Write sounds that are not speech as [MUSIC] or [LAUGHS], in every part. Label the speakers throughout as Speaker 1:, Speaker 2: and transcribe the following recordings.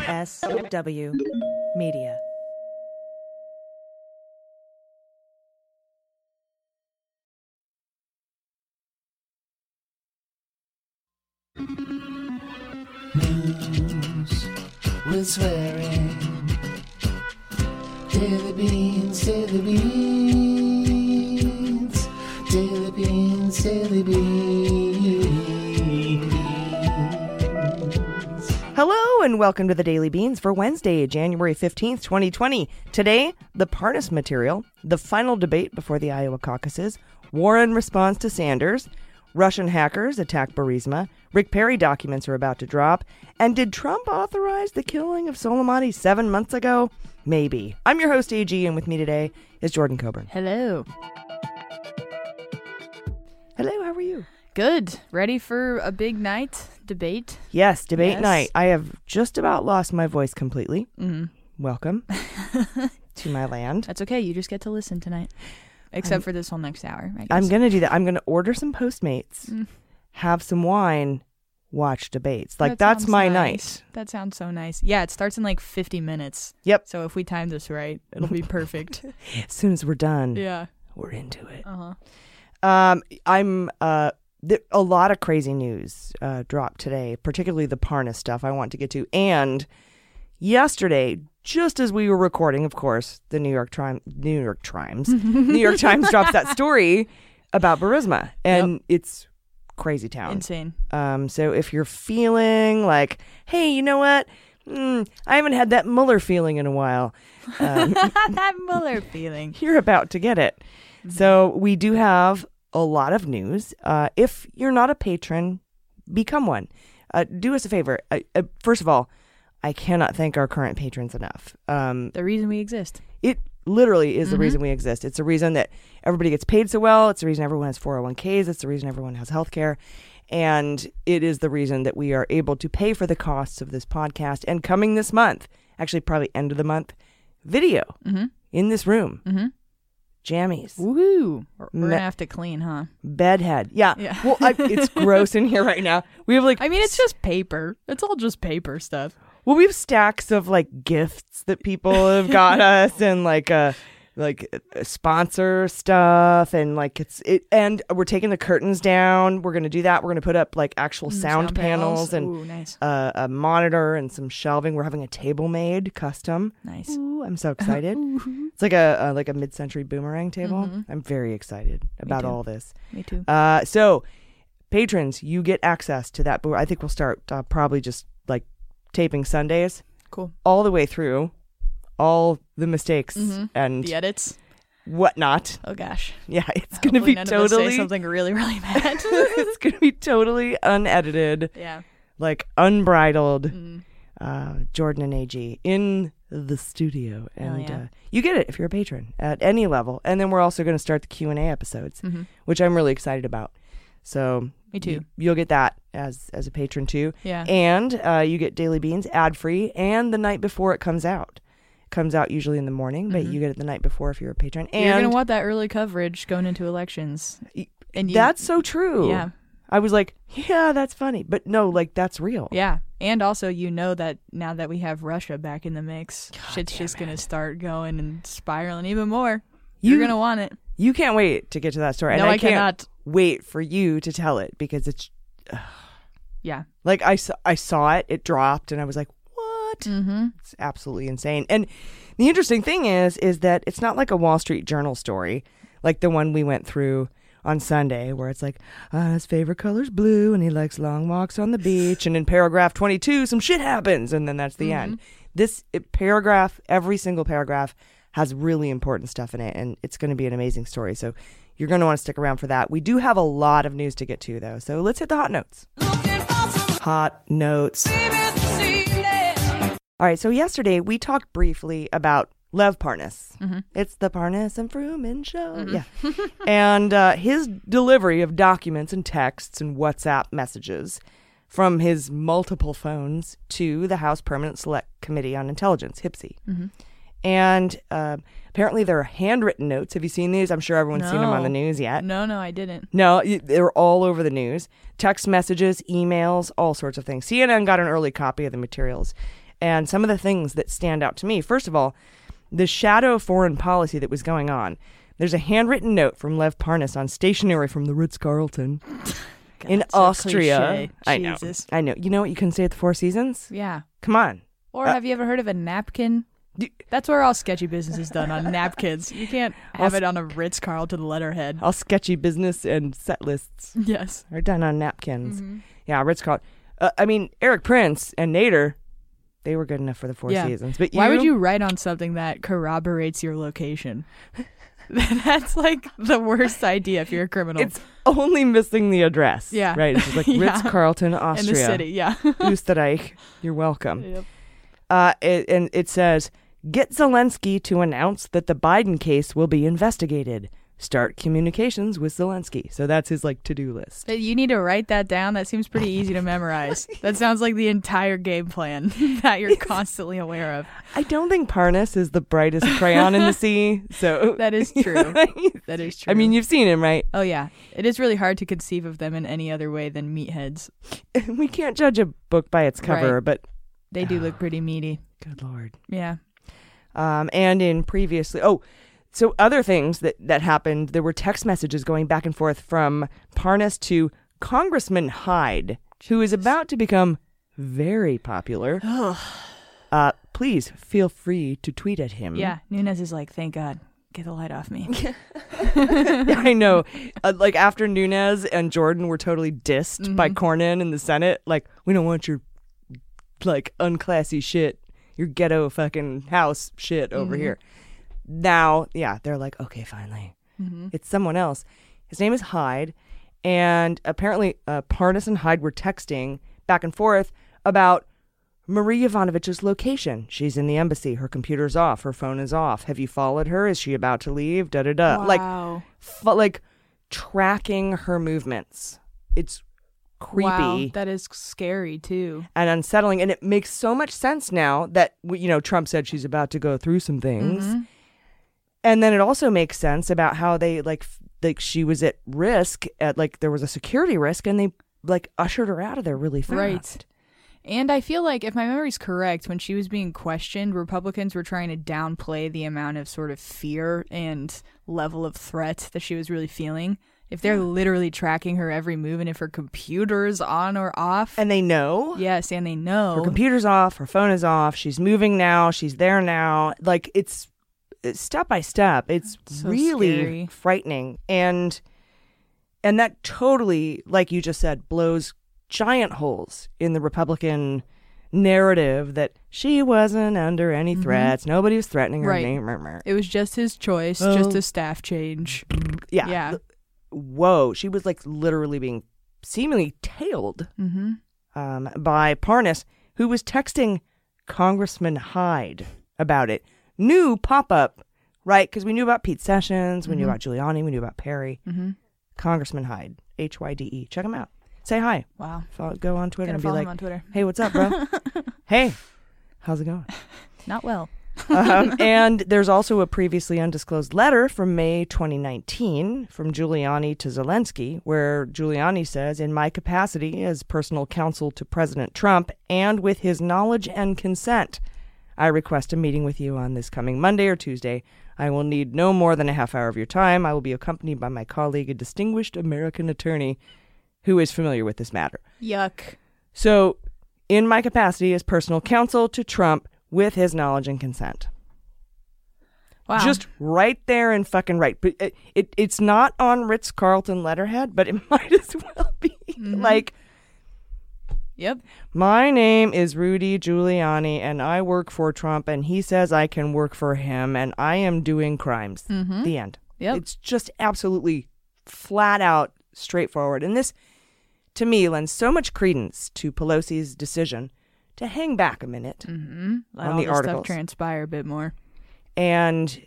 Speaker 1: MSW Media.
Speaker 2: news with swearing. Daily beans, daily beans, daily beans, daily beans.
Speaker 1: Hello and welcome to the Daily Beans for Wednesday, January 15th, 2020. Today, the Parnas material, the final debate before the Iowa caucuses, Warren responds to Sanders, Russian hackers attack Burisma, Rick Perry documents are about to drop, and did Trump authorize the killing of Soleimani seven months ago? Maybe. I'm your host, AG, and with me today is Jordan Coburn.
Speaker 3: Hello.
Speaker 1: Hello, how are you?
Speaker 3: Good. Ready for a big night debate?
Speaker 1: Yes, debate
Speaker 3: Yes.
Speaker 1: night. I have just about lost my voice completely.
Speaker 3: Mm-hmm. [LAUGHS]
Speaker 1: Welcome to my land.
Speaker 3: That's okay. You just get to listen tonight, except for this whole next hour. I guess.
Speaker 1: I'm going to do that. I'm going to order some Postmates,
Speaker 3: Mm.
Speaker 1: have some wine, watch debates. Like,
Speaker 3: That
Speaker 1: that's
Speaker 3: sounds
Speaker 1: my
Speaker 3: nice.
Speaker 1: night.
Speaker 3: That sounds so nice. Yeah, it starts in like 50 minutes.
Speaker 1: Yep.
Speaker 3: So if we time this right, it'll be
Speaker 1: [LAUGHS]
Speaker 3: perfect. [LAUGHS]
Speaker 1: As soon as we're done,
Speaker 3: yeah.
Speaker 1: we're into it.
Speaker 3: Uh huh.
Speaker 1: Um, I'm uh, th- a lot of crazy news uh, dropped today, particularly the Parnas stuff. I want to get to, and yesterday, just as we were recording, of course, the New York Times, New York Times, New York Times drops that story about Burisma, and it's crazy town.
Speaker 3: Insane. [LAUGHS]
Speaker 1: Um, so if you're feeling like, hey, you know what? Mm, I haven't had that Mueller feeling in a while.
Speaker 3: that Mueller feeling.
Speaker 1: You're about to get it. So we do have a lot of news. Uh, if you're not a patron, become one. Uh, do us a favor. Uh, uh, first of all, I cannot thank our current patrons enough. Um,
Speaker 3: The reason we exist.
Speaker 1: it literally is the reason we exist. It's the reason that everybody gets paid so well. It's the reason everyone has 401ks. It's the reason everyone has healthcare. And it is the reason that we are able to pay for the costs of this podcast. And coming this month, actually, probably end of the month, video in this room.
Speaker 3: Mhm.
Speaker 1: Jammies,
Speaker 3: Woohoo. We're, we're
Speaker 1: Me-
Speaker 3: gonna have to clean, huh?
Speaker 1: bedhead. Yeah.
Speaker 3: Yeah.
Speaker 1: [LAUGHS] Well, I, it's gross in here right now. We have like,
Speaker 3: I mean, it's just paper. It's all just paper stuff.
Speaker 1: well, we have stacks of like gifts that people have
Speaker 3: [LAUGHS]
Speaker 1: got us and like, uh, like uh, sponsor stuff and like it's it and we're taking the curtains down we're gonna do that we're gonna put up like actual sound, panels, and
Speaker 3: Mm, Ooh, nice,
Speaker 1: uh, a monitor and some shelving we're having a table made custom
Speaker 3: nice.
Speaker 1: Ooh, i'm so
Speaker 3: [LAUGHS]
Speaker 1: excited it's like a uh, like a mid-century boomerang table i'm very excited about
Speaker 3: Mm-hmm. too.
Speaker 1: all this
Speaker 3: Me too.
Speaker 1: uh, so, patrons, you get access to that. But I think we'll start uh, probably just like taping Sundays
Speaker 3: Cool.
Speaker 1: all the way through, all the mistakes and
Speaker 3: The edits.
Speaker 1: whatnot. [LAUGHS]
Speaker 3: Oh gosh.
Speaker 1: Yeah, it's gonna be
Speaker 3: Hopefully none of us say
Speaker 1: totally.
Speaker 3: something really really bad.
Speaker 1: [LAUGHS] it's gonna be totally unedited,
Speaker 3: yeah.
Speaker 1: like unbridled.
Speaker 3: Mm.
Speaker 1: Uh, Jordan and Ag in the studio, and
Speaker 3: yeah.
Speaker 1: uh, you get it if you're a patron at any level. And then we're also going to start the Q and A episodes,
Speaker 3: Mhm.
Speaker 1: which I'm really excited about. So
Speaker 3: Me too.
Speaker 1: You, you'll get that as as a patron too.
Speaker 3: Yeah.
Speaker 1: And uh, you get Daily Beans ad free and the night before it comes out. Comes out usually in the morning, but you get it the night before if you're a patron. And
Speaker 3: Mm-hmm. You're gonna want that early coverage going into elections.
Speaker 1: Y-
Speaker 3: And you,
Speaker 1: that's so true.
Speaker 3: yeah,
Speaker 1: I was like, yeah, that's funny, but no, like that's real.
Speaker 3: yeah. And also, you know that now that we have Russia back in the mix, shit's just gonna start going and spiraling even more.
Speaker 1: You-
Speaker 3: are gonna want it.
Speaker 1: You can't wait to get to that story.
Speaker 3: No,
Speaker 1: and I,
Speaker 3: I
Speaker 1: can't
Speaker 3: cannot.
Speaker 1: wait for you to tell it because it's
Speaker 3: Yeah.
Speaker 1: like I saw, I saw it, it dropped, and I was like, what?
Speaker 3: Mm-hmm.
Speaker 1: It's absolutely insane. And the interesting thing is, is that it's not like a Wall Street Journal story, like the one we went through on Sunday, where it's like, ah, his favorite color's blue, and he likes long walks on the beach, and in paragraph twenty-two, some shit happens, and then that's the end. This it, paragraph, every single paragraph, has really important stuff in it, and it's going to be an amazing story. So. You're going to want to stick around for that. We do have a lot of news to get to, though. So let's hit the hot notes. Hot notes. All right, so yesterday we talked briefly about Lev Parnas. It's the Parnas and Fruman show. Yeah. and uh, his delivery of documents and texts and WhatsApp messages from his multiple phones to the House Permanent Select Committee on Intelligence, HPSI. And um apparently, there are handwritten notes. Have you seen these? I'm sure everyone's seen them on the
Speaker 3: No.
Speaker 1: news yet.
Speaker 3: No, no, I didn't.
Speaker 1: No, y- they were all over the news. Text messages, emails, all sorts of things. CNN got an early copy of the materials. And some of the things that stand out to me, first of all, the shadow foreign policy that was going on. There's a handwritten note from Lev Parnas on stationery from the Ritz
Speaker 3: [LAUGHS]
Speaker 1: Carlton in
Speaker 3: God, so
Speaker 1: Austria.
Speaker 3: cliche.
Speaker 1: I know.
Speaker 3: Jesus.
Speaker 1: I know. You know what you couldn't say at the Four Seasons?
Speaker 3: Yeah.
Speaker 1: Come on.
Speaker 3: Or
Speaker 1: Uh,
Speaker 3: have you ever heard of a napkin?
Speaker 1: Do-
Speaker 3: That's where all sketchy business is done on napkins. You can't have it on a Ritz Carlton letterhead.
Speaker 1: All sketchy business and set lists
Speaker 3: [LAUGHS] Yes.
Speaker 1: are done on napkins.
Speaker 3: Mm-hmm.
Speaker 1: Yeah, Ritz Carlton. Uh, I mean, Eric Prince and Nader, they were good enough for the Four
Speaker 3: Yeah.
Speaker 1: Seasons. But
Speaker 3: Why would you write on something that corroborates
Speaker 1: [LAUGHS]
Speaker 3: your location? [LAUGHS] That's like the worst idea if you're a criminal.
Speaker 1: It's only missing the address.
Speaker 3: Yeah.
Speaker 1: Right. It's just like
Speaker 3: [LAUGHS] Yeah.
Speaker 1: Ritz Carlton,
Speaker 3: in
Speaker 1: Austria,
Speaker 3: the city, [LAUGHS]
Speaker 1: [LAUGHS]
Speaker 3: yeah.
Speaker 1: Österreich. You're welcome. Uh, it, and it says, "Get Zelensky to announce that the Biden case will be investigated. Start communications with Zelensky." So that's his like to do list.
Speaker 3: But you need to write that down. That seems pretty easy to
Speaker 1: [LAUGHS]
Speaker 3: memorize. That sounds like the entire game plan [LAUGHS] that you're constantly aware of.
Speaker 1: I don't think Parnas is the brightest crayon in
Speaker 3: [LAUGHS]
Speaker 1: the sea. So [LAUGHS]
Speaker 3: That is true. That is true.
Speaker 1: I mean, you've seen him, right?
Speaker 3: oh yeah, it is really hard to conceive of them in any other way than meatheads.
Speaker 1: [LAUGHS] we can't judge a book by its cover,
Speaker 3: Right.
Speaker 1: but
Speaker 3: They do
Speaker 1: [SIGHS]
Speaker 3: look pretty meaty.
Speaker 1: good lord.
Speaker 3: Yeah.
Speaker 1: um, and in previously oh so other things that that happened there were text messages going back and forth from parnas to congressman hyde who is about to become very popular uh, please feel free to tweet at him
Speaker 3: Yeah. Nunez is like, thank God, get the light off me.
Speaker 1: [LAUGHS] i know uh, like after nunez and jordan were totally dissed by cornyn in the senate like we don't want your like unclassy shit your ghetto fucking house shit over here now yeah they're like okay finally
Speaker 3: mm-hmm.
Speaker 1: It's someone else. His name is Hyde, and apparently uh, Parnas and Hyde were texting back and forth about Marie Ivanovich's location. She's in the embassy. Her computer's off. Her phone is off. Have you followed her? Is she about to leave? Da da da. [LAUGHS] Like,
Speaker 3: wow.
Speaker 1: f- like tracking her movements. It's creepy
Speaker 3: Wow, that is scary too.
Speaker 1: and unsettling, and it makes so much sense now that w- you know Trump said she's about to go through some things.
Speaker 3: Mhm.
Speaker 1: And then it also makes sense about how they like f- like she was at risk at like there was a security risk and they like ushered her out of there really fast.
Speaker 3: Right. And I feel like, if my memory's correct, when she was being questioned, Republicans were trying to downplay the amount of sort of fear and level of threat that she was really feeling. If they're literally tracking her every move and if her computer's on or off.
Speaker 1: And they know
Speaker 3: yes, and they
Speaker 1: her
Speaker 3: know.
Speaker 1: computer's off, her phone is off, she's moving now, she's there now. Like it's it's step by step. It's
Speaker 3: So
Speaker 1: really
Speaker 3: scary.
Speaker 1: frightening. And and that totally, like you just said, blows giant holes in the Republican narrative that she wasn't under any threats, nobody was threatening her.
Speaker 3: Mm-hmm. Right.
Speaker 1: Right.
Speaker 3: it was just his choice, just a staff change.
Speaker 1: Oh. Yeah.
Speaker 3: Yeah.
Speaker 1: L- Whoa. She was like literally being seemingly tailed
Speaker 3: Mm-hmm.
Speaker 1: um, by Parnas, who was texting Congressman Hyde about it. New pop up, right? Because we knew about Pete Sessions, we knew about Giuliani, we knew about Perry.
Speaker 3: Mm-hmm.
Speaker 1: Congressman Hyde, H Y D E. Check him out. Say hi.
Speaker 3: Wow.
Speaker 1: Follow, go on Twitter
Speaker 3: Gonna
Speaker 1: and be
Speaker 3: follow
Speaker 1: like,
Speaker 3: him on Twitter.
Speaker 1: hey, what's up,
Speaker 3: [LAUGHS]
Speaker 1: bro? hey, how's it going?
Speaker 3: Not well.
Speaker 1: um, and there's also a previously undisclosed letter from May 2019 from Giuliani to Zelensky, where Giuliani says, In my capacity as personal counsel to President Trump and with his knowledge and consent, I request a meeting with you on this coming Monday or Tuesday. I will need no more than a half hour of your time. I will be accompanied by my colleague, a distinguished American attorney who is familiar with this matter.
Speaker 3: Yuck.
Speaker 1: So, in my capacity as personal counsel to Trump with his knowledge and consent.
Speaker 3: Wow.
Speaker 1: Just right there and fucking right. But it, it it's not on Ritz Carlton letterhead, but it [LAUGHS] might as well be.
Speaker 3: Mm-hmm.
Speaker 1: Like
Speaker 3: Yep.
Speaker 1: my name is Rudy Giuliani, and I work for Trump, and he says I can work for him, and I am doing crimes. The end.
Speaker 3: Mm-hmm. Yep.
Speaker 1: It's just absolutely flat out straightforward, and this to me lends so much credence to Pelosi's decision to hang back a minute.
Speaker 3: Let
Speaker 1: On
Speaker 3: all
Speaker 1: the
Speaker 3: this
Speaker 1: articles.
Speaker 3: stuff transpire a bit more.
Speaker 1: And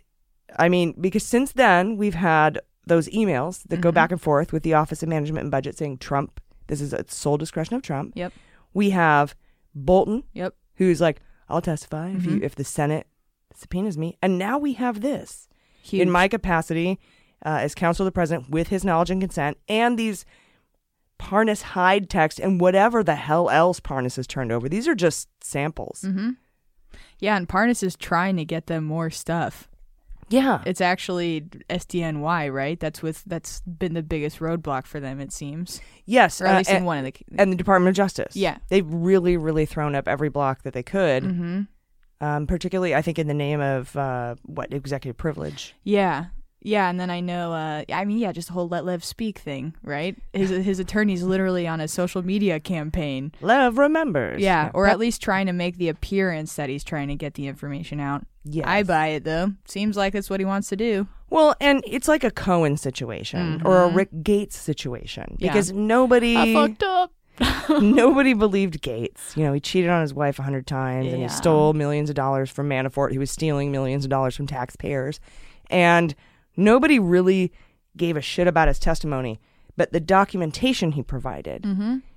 Speaker 1: I mean, because since then we've had those emails that go back and forth with the Office of Management and Budget saying Trump, this is at sole discretion of Trump.
Speaker 3: Yep.
Speaker 1: We have Bolton,
Speaker 3: Yep.
Speaker 1: who's like, I'll testify if you if the Senate subpoenas me. And now we have this
Speaker 3: Huge.
Speaker 1: in my capacity uh, as counsel to the president with his knowledge and consent and these parnas hide text and whatever the hell else parnas has turned over these are just samples
Speaker 3: yeah, and Parnas is trying to get them more stuff.
Speaker 1: yeah
Speaker 3: It's actually SDNY, right? That's with that's been the biggest roadblock for them, it seems,
Speaker 1: yes
Speaker 3: or at
Speaker 1: uh,
Speaker 3: least in
Speaker 1: and,
Speaker 3: one of the.
Speaker 1: and the department of justice
Speaker 3: Yeah.
Speaker 1: they've really really thrown up every block that they could
Speaker 3: hmm
Speaker 1: um, particularly i think in the name of uh, what executive privilege
Speaker 3: Yeah. Yeah, and then I know uh I mean yeah, just the whole let Lev speak thing, right? His his attorney's literally on a social media campaign.
Speaker 1: love remembers
Speaker 3: Yeah, or at least trying to make the appearance that he's trying to get the information out.
Speaker 1: Yes.
Speaker 3: I buy it though. Seems like that's what he wants to do.
Speaker 1: well and it's like a cohen situation or a rick gates situation
Speaker 3: Mm-hmm. Yeah.
Speaker 1: because nobody
Speaker 3: I fucked up.
Speaker 1: Nobody believed Gates. You know, he cheated on his wife a hundred times and
Speaker 3: Yeah.
Speaker 1: he stole millions of dollars from Manafort. He was stealing millions of dollars from taxpayers. And nobody really gave a shit about his testimony. But the documentation he provided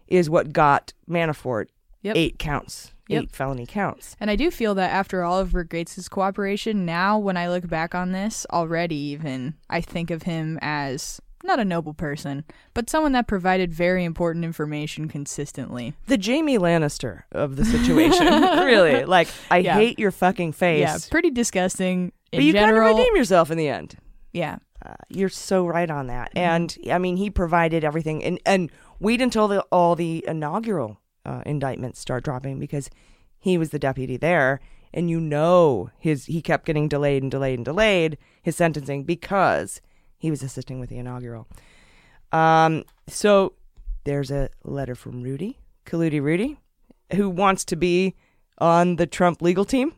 Speaker 1: is what got Manafort
Speaker 3: Mm-hmm. Yep.
Speaker 1: eight counts,
Speaker 3: Yep.
Speaker 1: eight felony counts.
Speaker 3: And I do feel that after all of Rick Gates' cooperation, now when I look back on this, already even, I think of him as not a noble person, but someone that provided very important information consistently.
Speaker 1: The Jamie Lannister of the
Speaker 3: [LAUGHS]
Speaker 1: situation. really. Like, I
Speaker 3: Yeah.
Speaker 1: hate your fucking face.
Speaker 3: Yeah, pretty disgusting in
Speaker 1: but you
Speaker 3: general.
Speaker 1: kind of redeem yourself in the end.
Speaker 3: yeah.
Speaker 1: Uh, you're so right on that. And I mean, he provided everything, and and wait until the, all the inaugural uh, indictments start dropping because he was the deputy there, and you know his he kept getting delayed and delayed and delayed his sentencing because he was assisting with the inaugural. Um, so there's a letter from Rudy Kaludi Rudy, who wants to be on the Trump legal team.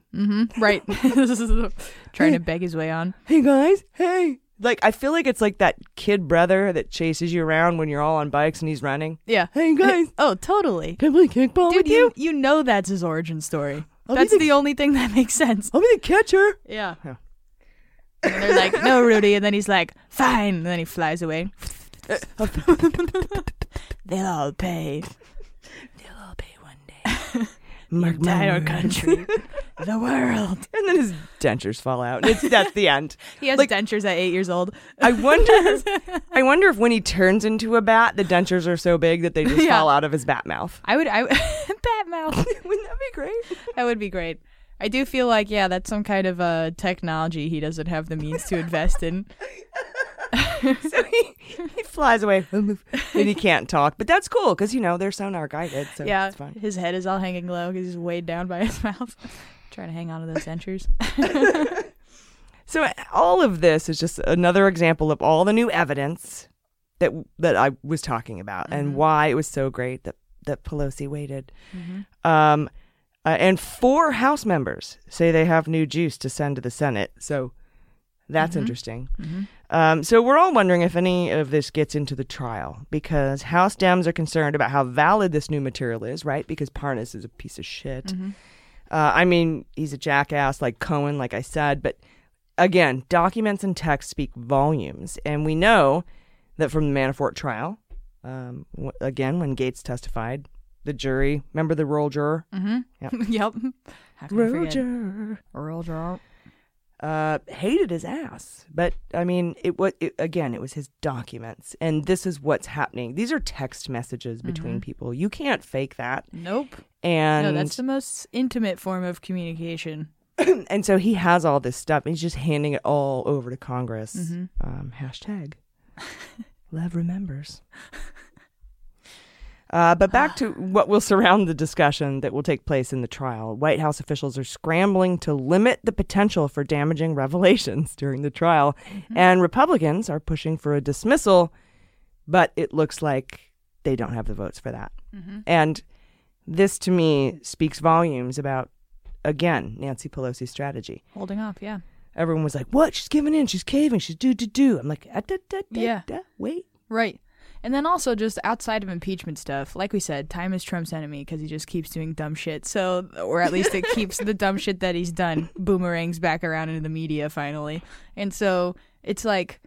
Speaker 3: Right. [LAUGHS] Trying to beg his way on.
Speaker 1: hey guys, hey. Like I feel like it's like that kid brother that chases you around when you're all on bikes and he's running.
Speaker 3: Yeah.
Speaker 1: Hey guys,
Speaker 3: Oh, totally.
Speaker 1: can we kickball
Speaker 3: Dude,
Speaker 1: with
Speaker 3: you,
Speaker 1: you? Oh,
Speaker 3: you know that's his origin story.
Speaker 1: I'll be
Speaker 3: that's
Speaker 1: the-
Speaker 3: the only thing that [LAUGHS] makes sense.
Speaker 1: I'll be the catcher.
Speaker 3: Yeah.
Speaker 1: Yeah.
Speaker 3: And they're like, no, Rudy. And then he's like, fine. And then he flies away. [LAUGHS] They'll all pay. They'll all pay one
Speaker 1: [LAUGHS]
Speaker 3: day.
Speaker 1: Mark my
Speaker 3: Entire
Speaker 1: words.
Speaker 3: country. the world.
Speaker 1: And then his dentures fall out. It's that's the end.
Speaker 3: He has
Speaker 1: Like-
Speaker 3: dentures at eight years old.
Speaker 1: I wonder I wonder if when he turns into a bat, the dentures are so big that they just
Speaker 3: Yeah.
Speaker 1: fall out of his bat [LAUGHS] mouth.
Speaker 3: I would, [LAUGHS] I, bat mouth.
Speaker 1: Wouldn't that be great?
Speaker 3: That would be great. I do feel like, yeah, that's some kind of uh, technology he doesn't have the means to invest [LAUGHS] in.
Speaker 1: So he, he flies away and he can't talk. But that's cool because you know they're sonar guided, so
Speaker 3: yeah,
Speaker 1: it's fine.
Speaker 3: his head is all hanging low because he's weighed down by his [LAUGHS] mouth. Trying to hang on to those dentures.
Speaker 1: So uh, all of this is just another example of all the new evidence that that I was talking about and why it was so great that that Pelosi waited. Um, uh, and four House members say they have new juice to send to the Senate. So that's interesting. Um, so we're all wondering if any of this gets into the trial because House Dems are concerned about how valid this new material is, right? Because Parnas is a piece of shit. Uh, I mean, he's a jackass like Cohen, like I said, but again, documents and text speak volumes. And we know that from the Manafort trial, um, w- again, when Gates testified, the jury, remember the roll juror?
Speaker 3: [LAUGHS] yep. How can I
Speaker 1: Roll
Speaker 3: Mm-hmm. forget?
Speaker 1: juror.
Speaker 3: Roll draw.
Speaker 1: Uh, hated his ass, but I mean, it was it, again. It was his documents, and this is what's happening. These are text messages between people. You can't fake that.
Speaker 3: Nope.
Speaker 1: And
Speaker 3: Mm-hmm. no, that's the most intimate form of communication.
Speaker 1: and so he has all this stuff. And he's just handing it all over to Congress. Um, hashtag [LAUGHS] Lev remembers. Uh, but back to what will surround the discussion that will take place in the trial. White House officials are scrambling to limit the potential for damaging revelations [LAUGHS] during the trial, and Republicans are pushing for a dismissal, but it looks like they don't have the votes for that. And this to me speaks volumes about again Nancy Pelosi's strategy.
Speaker 3: Holding off, yeah.
Speaker 1: Everyone was like, "What? She's giving in. She's caving. She's do do do." I'm like, ah, da, da, da,
Speaker 3: Yeah.
Speaker 1: da, "Wait."
Speaker 3: Right. And then also just outside of impeachment stuff, like we said, time is Trump's enemy because he just keeps doing dumb shit. So, or at least it keeps the dumb shit that he's [LAUGHS] done boomerangs back around into the media finally. And so it's like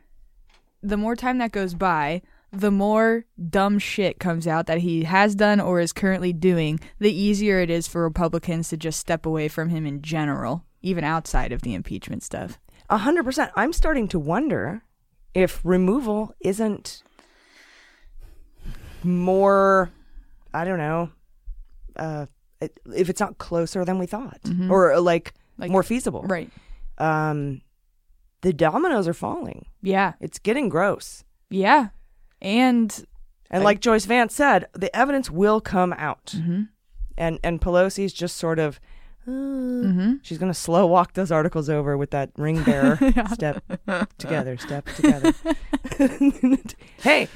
Speaker 3: the more time that goes by, the more dumb shit comes out that he has done or is currently doing, the easier it is for Republicans to just step away from him in general. even outside of the impeachment stuff.
Speaker 1: A hundred percent. I'm starting to wonder if removal isn't more. I don't know. Uh, it- if it's not closer than we thought, or uh, like,
Speaker 3: Mm-hmm. Like-
Speaker 1: more feasible.
Speaker 3: Right.
Speaker 1: Um, the dominoes are falling.
Speaker 3: Yeah.
Speaker 1: It's getting gross.
Speaker 3: Yeah. And
Speaker 1: And like Joyce Vance said, the evidence will come out. And and Pelosi's just sort of uh, she's going to slow walk those articles over with that ring bearer step together, step together. hey,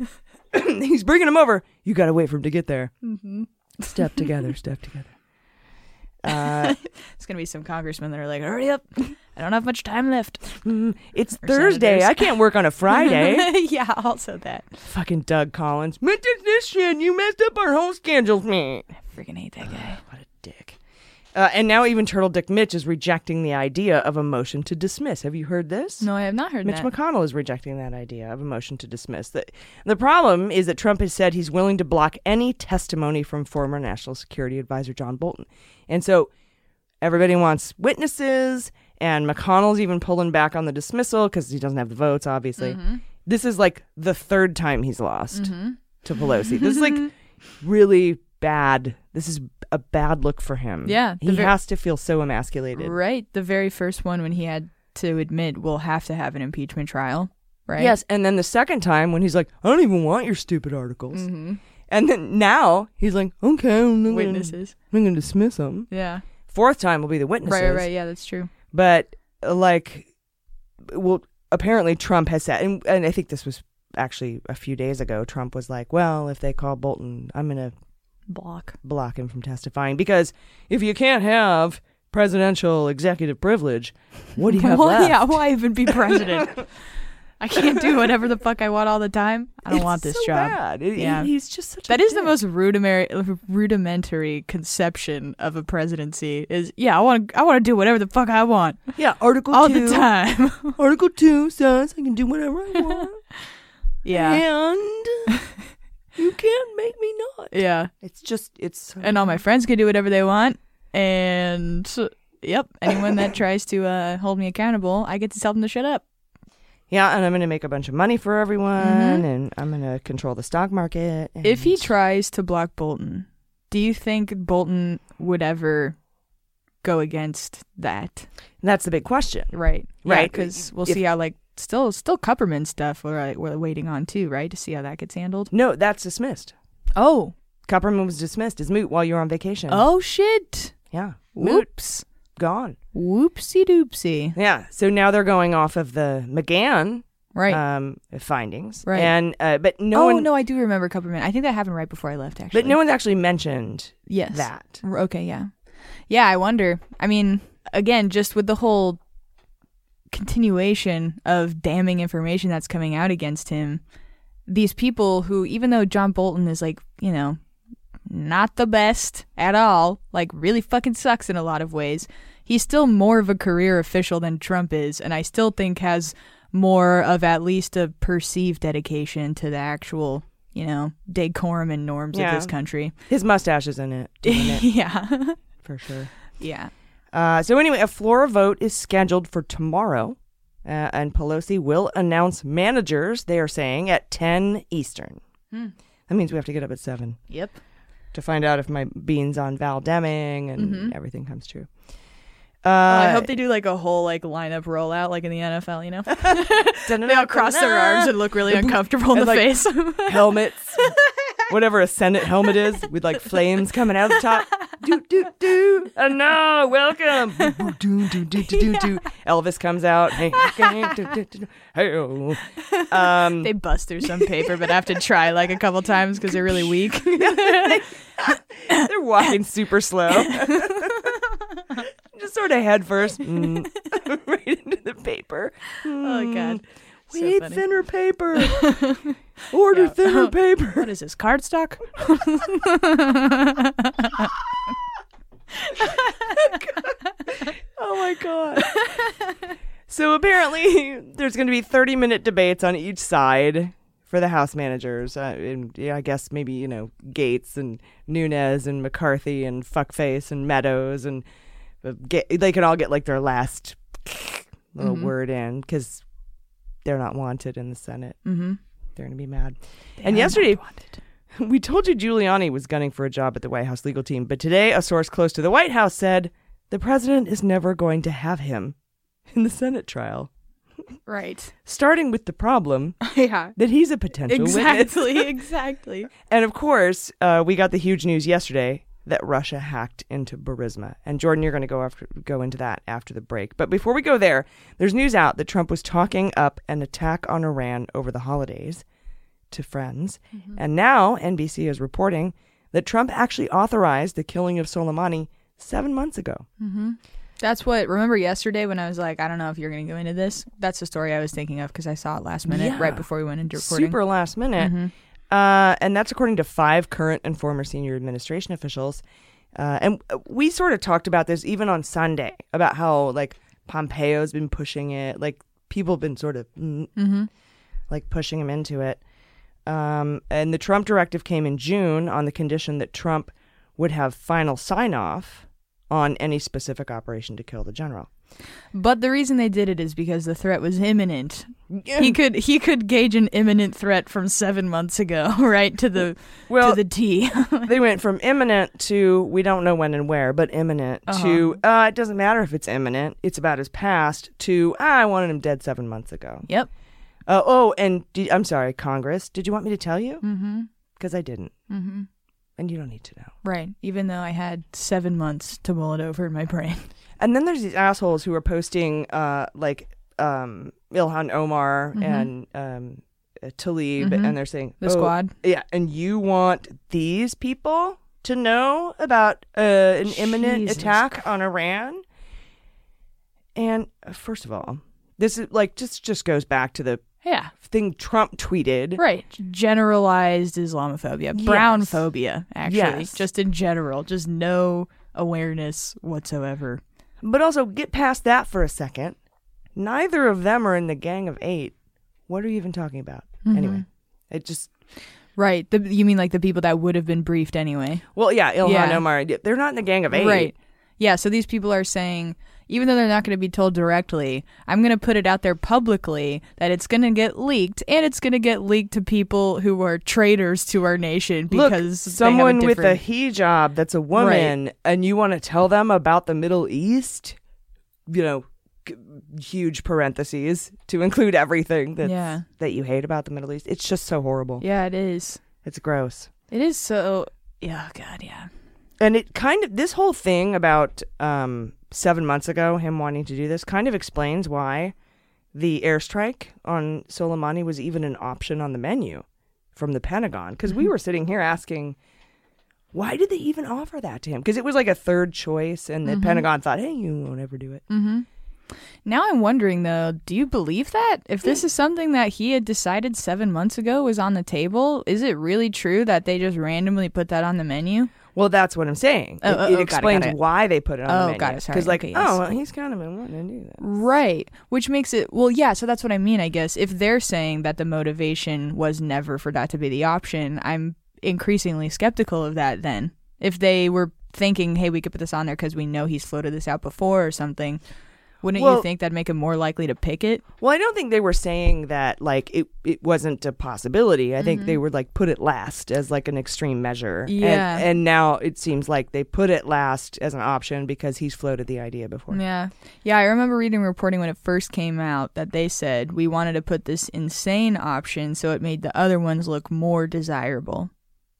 Speaker 1: [COUGHS] he's bringing him over. You got to wait for him to get there. Step together, step together. Uh,
Speaker 3: it's going to be some congressmen that are like, hurry up. I don't have much time left. [LAUGHS]
Speaker 1: mm, it's
Speaker 3: Or
Speaker 1: Thursday.
Speaker 3: senators.
Speaker 1: I can't work on a Friday.
Speaker 3: [LAUGHS] yeah. Also that.
Speaker 1: Fucking Doug Collins. Missed this shit. You messed up our whole schedule, man.
Speaker 3: I freaking hate that guy.
Speaker 1: What a dick. Uh, and now even Turtle Dick Mitch is rejecting the idea of a motion to dismiss. Have you heard this?
Speaker 3: No, I have not heard
Speaker 1: Mitch
Speaker 3: that.
Speaker 1: McConnell is rejecting that idea of a motion to dismiss. The, the problem is that Trump has said he's willing to block any testimony from former National Security Advisor John Bolton. And so everybody wants witnesses, and McConnell's even pulling back on the dismissal because he doesn't have the votes, obviously.
Speaker 3: Mm-hmm.
Speaker 1: This is like the third time he's lost to Pelosi. This is
Speaker 3: [LAUGHS]
Speaker 1: like really bad. This is a bad look for him.
Speaker 3: Yeah, the
Speaker 1: He
Speaker 3: ver-
Speaker 1: has to feel so emasculated.
Speaker 3: right. The very first one when he had to admit we'll have to have an impeachment trial. Right.
Speaker 1: Yes, and then the second time when he's like, "I don't even want your stupid articles,"
Speaker 3: Mm. Mm-hmm.
Speaker 1: and then now he's like, "Okay, I'm not
Speaker 3: Witnesses.
Speaker 1: Gonna, I'm going to dismiss them."
Speaker 3: Yeah.
Speaker 1: Fourth time will be the witnesses,
Speaker 3: Right, right, right. Yeah, that's true.
Speaker 1: But uh, like, well, apparently Trump has said, and, and I think this was actually a few days ago. Trump was like, "Well, if they call Bolton, I'm going to
Speaker 3: [LAUGHS] Block.
Speaker 1: block him from testifying because if you can't have presidential executive privilege, what
Speaker 3: [LAUGHS]
Speaker 1: do you have
Speaker 3: well,
Speaker 1: left?" [LAUGHS]
Speaker 3: yeah, why even be president? [LAUGHS] I can't do whatever the fuck I want all the time. I don't
Speaker 1: It's
Speaker 3: want this
Speaker 1: so
Speaker 3: job.
Speaker 1: bad. It-
Speaker 3: Yeah.
Speaker 1: he's just such. a
Speaker 3: That is the
Speaker 1: dick.
Speaker 3: most rudimentary, rudimentary conception of a presidency. Is yeah, I want to, I want to do whatever the fuck I want
Speaker 1: yeah article
Speaker 3: all
Speaker 1: two. [LAUGHS]
Speaker 3: the time. [LAUGHS]
Speaker 1: Article two says I can do whatever I want,
Speaker 3: yeah, [LAUGHS]
Speaker 1: and you can't make me not.
Speaker 3: yeah.
Speaker 1: It's just it's so-
Speaker 3: And all my friends can do whatever they want. And yep,
Speaker 1: [LAUGHS]
Speaker 3: anyone that tries to uh, hold me accountable, I get to tell them to shut up.
Speaker 1: yeah, and I'm gonna make a bunch of money for everyone, and I'm gonna control the stock market. And
Speaker 3: Mm-hmm. If he tries to block Bolton, do you think Bolton would ever go against that?
Speaker 1: that's the big question.
Speaker 3: Right.
Speaker 1: Right.
Speaker 3: Because we'll
Speaker 1: If-
Speaker 3: see how like still still Kupperman stuff we're like, we're waiting on too, right? To see how that gets handled.
Speaker 1: No, that's dismissed.
Speaker 3: Oh.
Speaker 1: Copperman was dismissed as moot while you were on vacation.
Speaker 3: Oh shit.
Speaker 1: yeah, moot
Speaker 3: Whoops.
Speaker 1: gone.
Speaker 3: Whoopsie doopsie.
Speaker 1: Yeah, so now they're going off of the McGann
Speaker 3: Right.
Speaker 1: um, findings,
Speaker 3: Right.
Speaker 1: And uh, but no
Speaker 3: Uh, oh
Speaker 1: one,
Speaker 3: no, I do remember Kupperman. I think that happened right before I left actually.
Speaker 1: but no one's actually mentioned
Speaker 3: yes.
Speaker 1: that.
Speaker 3: R- Okay, yeah. Yeah, I wonder. I mean, again, just with the whole continuation of damning information that's coming out against him, these people who, even though John Bolton is like, you know, not the best at all, like really fucking sucks in a lot of ways, he's still more of a career official than Trump is, and I still think has more of at least a perceived dedication to the actual, you know, decorum and norms
Speaker 1: Yeah.
Speaker 3: of this country.
Speaker 1: His mustache is in it,
Speaker 3: [LAUGHS]
Speaker 1: doing it
Speaker 3: yeah.
Speaker 1: for sure.
Speaker 3: Yeah.
Speaker 1: Uh, so anyway, a floor vote is scheduled for tomorrow, uh, and Pelosi will announce managers. They are saying at ten Eastern.
Speaker 3: Hmm.
Speaker 1: That means we have to get up at seven
Speaker 3: Yep.
Speaker 1: to find out if my beans on Val Deming and everything comes true. Uh,
Speaker 3: Mm-hmm. I hope they do like a whole like lineup rollout, like in the NFL. You know,
Speaker 1: they
Speaker 3: they all cross their arms and look really uncomfortable in the
Speaker 1: like-
Speaker 3: [LAUGHS] face.
Speaker 1: helmets,
Speaker 3: [LAUGHS]
Speaker 1: whatever a Senate helmet is, with like flames coming out of the top. Do do do. Oh no! Welcome. Do do do do do
Speaker 3: [LAUGHS]
Speaker 1: do. Elvis comes out. Hey, hey, do, do, do, do. Hey-oh. Um,
Speaker 3: they bust through some paper, but have to try like a couple times because they're really weak.
Speaker 1: They're walking super
Speaker 3: [LAUGHS]
Speaker 1: slow. Just sort of head first, mm, [LAUGHS] right into the paper.
Speaker 3: oh god,
Speaker 1: We
Speaker 3: So
Speaker 1: need
Speaker 3: funny.
Speaker 1: thinner paper.
Speaker 3: [LAUGHS]
Speaker 1: Order
Speaker 3: Yeah. [LAUGHS]
Speaker 1: thinner paper.
Speaker 3: [LAUGHS] what is this cardstock?
Speaker 1: Oh my god. [LAUGHS] so apparently, [LAUGHS] there's going to be 30 minute debates on each side for the House managers. Uh, and, yeah, I guess maybe you know Gates and Nunes and McCarthy and Fuckface and Meadows and get they can all get like their last [SNIFFS] little
Speaker 3: Mhm.
Speaker 1: word in because they're not wanted in the Senate.
Speaker 3: Mm-hmm.
Speaker 1: They're gonna be mad. And yesterday- We told you Giuliani was gunning for a job at the White House legal team, but today a source close to the White House said the president is never going to have him in the Senate trial.
Speaker 3: right? [LAUGHS]
Speaker 1: Starting with the problem
Speaker 3: yeah,
Speaker 1: that he's a potential witness.
Speaker 3: [LAUGHS] exactly, exactly.
Speaker 1: And of course, uh, we got the huge news yesterday that Russia hacked into Burisma. And Jordan, you're going to go after go into that after the break. But before we go there, there's news out that Trump was talking up an attack on Iran over the holidays to friends, and now NBC is reporting that Trump actually authorized the killing of Soleimani seven months ago.
Speaker 3: That's what. Remember yesterday when I was like, I don't know if you're going to go into this. That's the story I was thinking of because I saw it last minute,
Speaker 1: Yeah.
Speaker 3: right before we went into recording. Mm-hmm.
Speaker 1: Super last minute. Uh, and that's according to five current and former senior administration officials. Uh, and uh, we sort of talked about this even on Sunday about how like Pompeo's been pushing it, like people have been sort of mm,
Speaker 3: Mm-hmm.
Speaker 1: like pushing him into it. Um, and the Trump directive came in June on the condition that Trump would have final sign off on any specific operation to kill the general.
Speaker 3: But the reason they did it is because the threat was imminent. He could he could gauge an imminent threat from seven months ago, [LAUGHS] right to the
Speaker 1: [LAUGHS] Well,
Speaker 3: to the T. [LAUGHS]
Speaker 1: they went from imminent to we don't know when and where, but imminent to uh, it doesn't matter if it's imminent, it's about his past. To ah, I wanted him dead seven months ago.
Speaker 3: yep.
Speaker 1: Uh, oh, and did, I'm sorry, Congress. Did you want me to tell you?
Speaker 3: Mm.
Speaker 1: Because I didn't,
Speaker 3: Mm-hmm.
Speaker 1: and you don't need to know.
Speaker 3: Right. Even though I had seven months to mull it over in my brain. [LAUGHS]
Speaker 1: And then there's these assholes who are posting uh, like um, Ilhan Omar and um, uh, Talib, and they're saying
Speaker 3: Mm-hmm. The
Speaker 1: "Oh,
Speaker 3: squad.
Speaker 1: Yeah, and you want these people to know about uh, an imminent
Speaker 3: Jesus
Speaker 1: attack on Iran? And uh, first of all, this is like just just goes back to the
Speaker 3: Yeah.
Speaker 1: thing Trump tweeted.
Speaker 3: Right. Generalized Islamophobia. Brown
Speaker 1: Yes.
Speaker 3: phobia, actually.
Speaker 1: Yes.
Speaker 3: Just in general. Just no awareness whatsoever.
Speaker 1: But also get past that for a second. Neither of them are in the gang of 8. What are you even talking about?
Speaker 3: Mm-hmm.
Speaker 1: Anyway, it just
Speaker 3: Right. The, you mean like the people that would have been briefed anyway?
Speaker 1: well, yeah, Ilhan
Speaker 3: Yeah.
Speaker 1: Omar, they're not in the gang of 8.
Speaker 3: Right. Yeah. So these people are saying, even though they're not going to be told directly, I'm going to put it out there publicly that it's going to get leaked, and it's going to get leaked to people who are traitors to our nation
Speaker 1: Look,
Speaker 3: because they have a
Speaker 1: someone with a
Speaker 3: different-
Speaker 1: hijab that's a woman and you want to tell them about the Middle East, you know, g- huge parentheses to include everything that's,
Speaker 3: Yeah.
Speaker 1: that you hate about the Middle East. It's just so horrible.
Speaker 3: yeah, it is.
Speaker 1: It's gross.
Speaker 3: It is so. Yeah. God. Yeah.
Speaker 1: And it kind of, this whole thing about um, seven months ago, him wanting to do this, kind of explains why the airstrike on Soleimani was even an option on the menu from the Pentagon. Because
Speaker 3: Mm-hmm.
Speaker 1: we were sitting here asking, why did they even offer that to him? Because it was like a third choice, and the
Speaker 3: Mm-hmm.
Speaker 1: Pentagon thought, hey, you won't ever do it.
Speaker 3: Mm. Now I'm wondering though, do you believe that? If this is something that he had decided seven months ago was on the table, is it really true that they just randomly put that on the menu?
Speaker 1: Well, that's what I'm saying.
Speaker 3: Oh,
Speaker 1: it,
Speaker 3: oh,
Speaker 1: it
Speaker 3: oh, got it,
Speaker 1: explains
Speaker 3: got it.
Speaker 1: why they put it on
Speaker 3: Oh,
Speaker 1: the menu.
Speaker 3: got it, sorry,
Speaker 1: Because, like,
Speaker 3: okay, yes.
Speaker 1: oh, well, he's kind of been wanting to do that.
Speaker 3: Right. Which makes it, well, yeah, so that's what I mean, I guess. If they're saying that the motivation was never for that to be the option, I'm increasingly skeptical of that then. If they were thinking, hey, we could put this on there because we know he's floated this out before or something, wouldn't
Speaker 1: Well-
Speaker 3: you think that'd make him more likely to pick it?
Speaker 1: Well, I don't think they were saying that like it, it wasn't a possibility. I think they were like put it last as like an extreme measure. And-
Speaker 3: Mm-hmm. Yeah.
Speaker 1: And, now it seems like they put it last as an option because he's floated the idea before.
Speaker 3: Yeah. Yeah, I remember reading reporting when it first came out that they said we wanted to put this insane option so it made the other ones look more desirable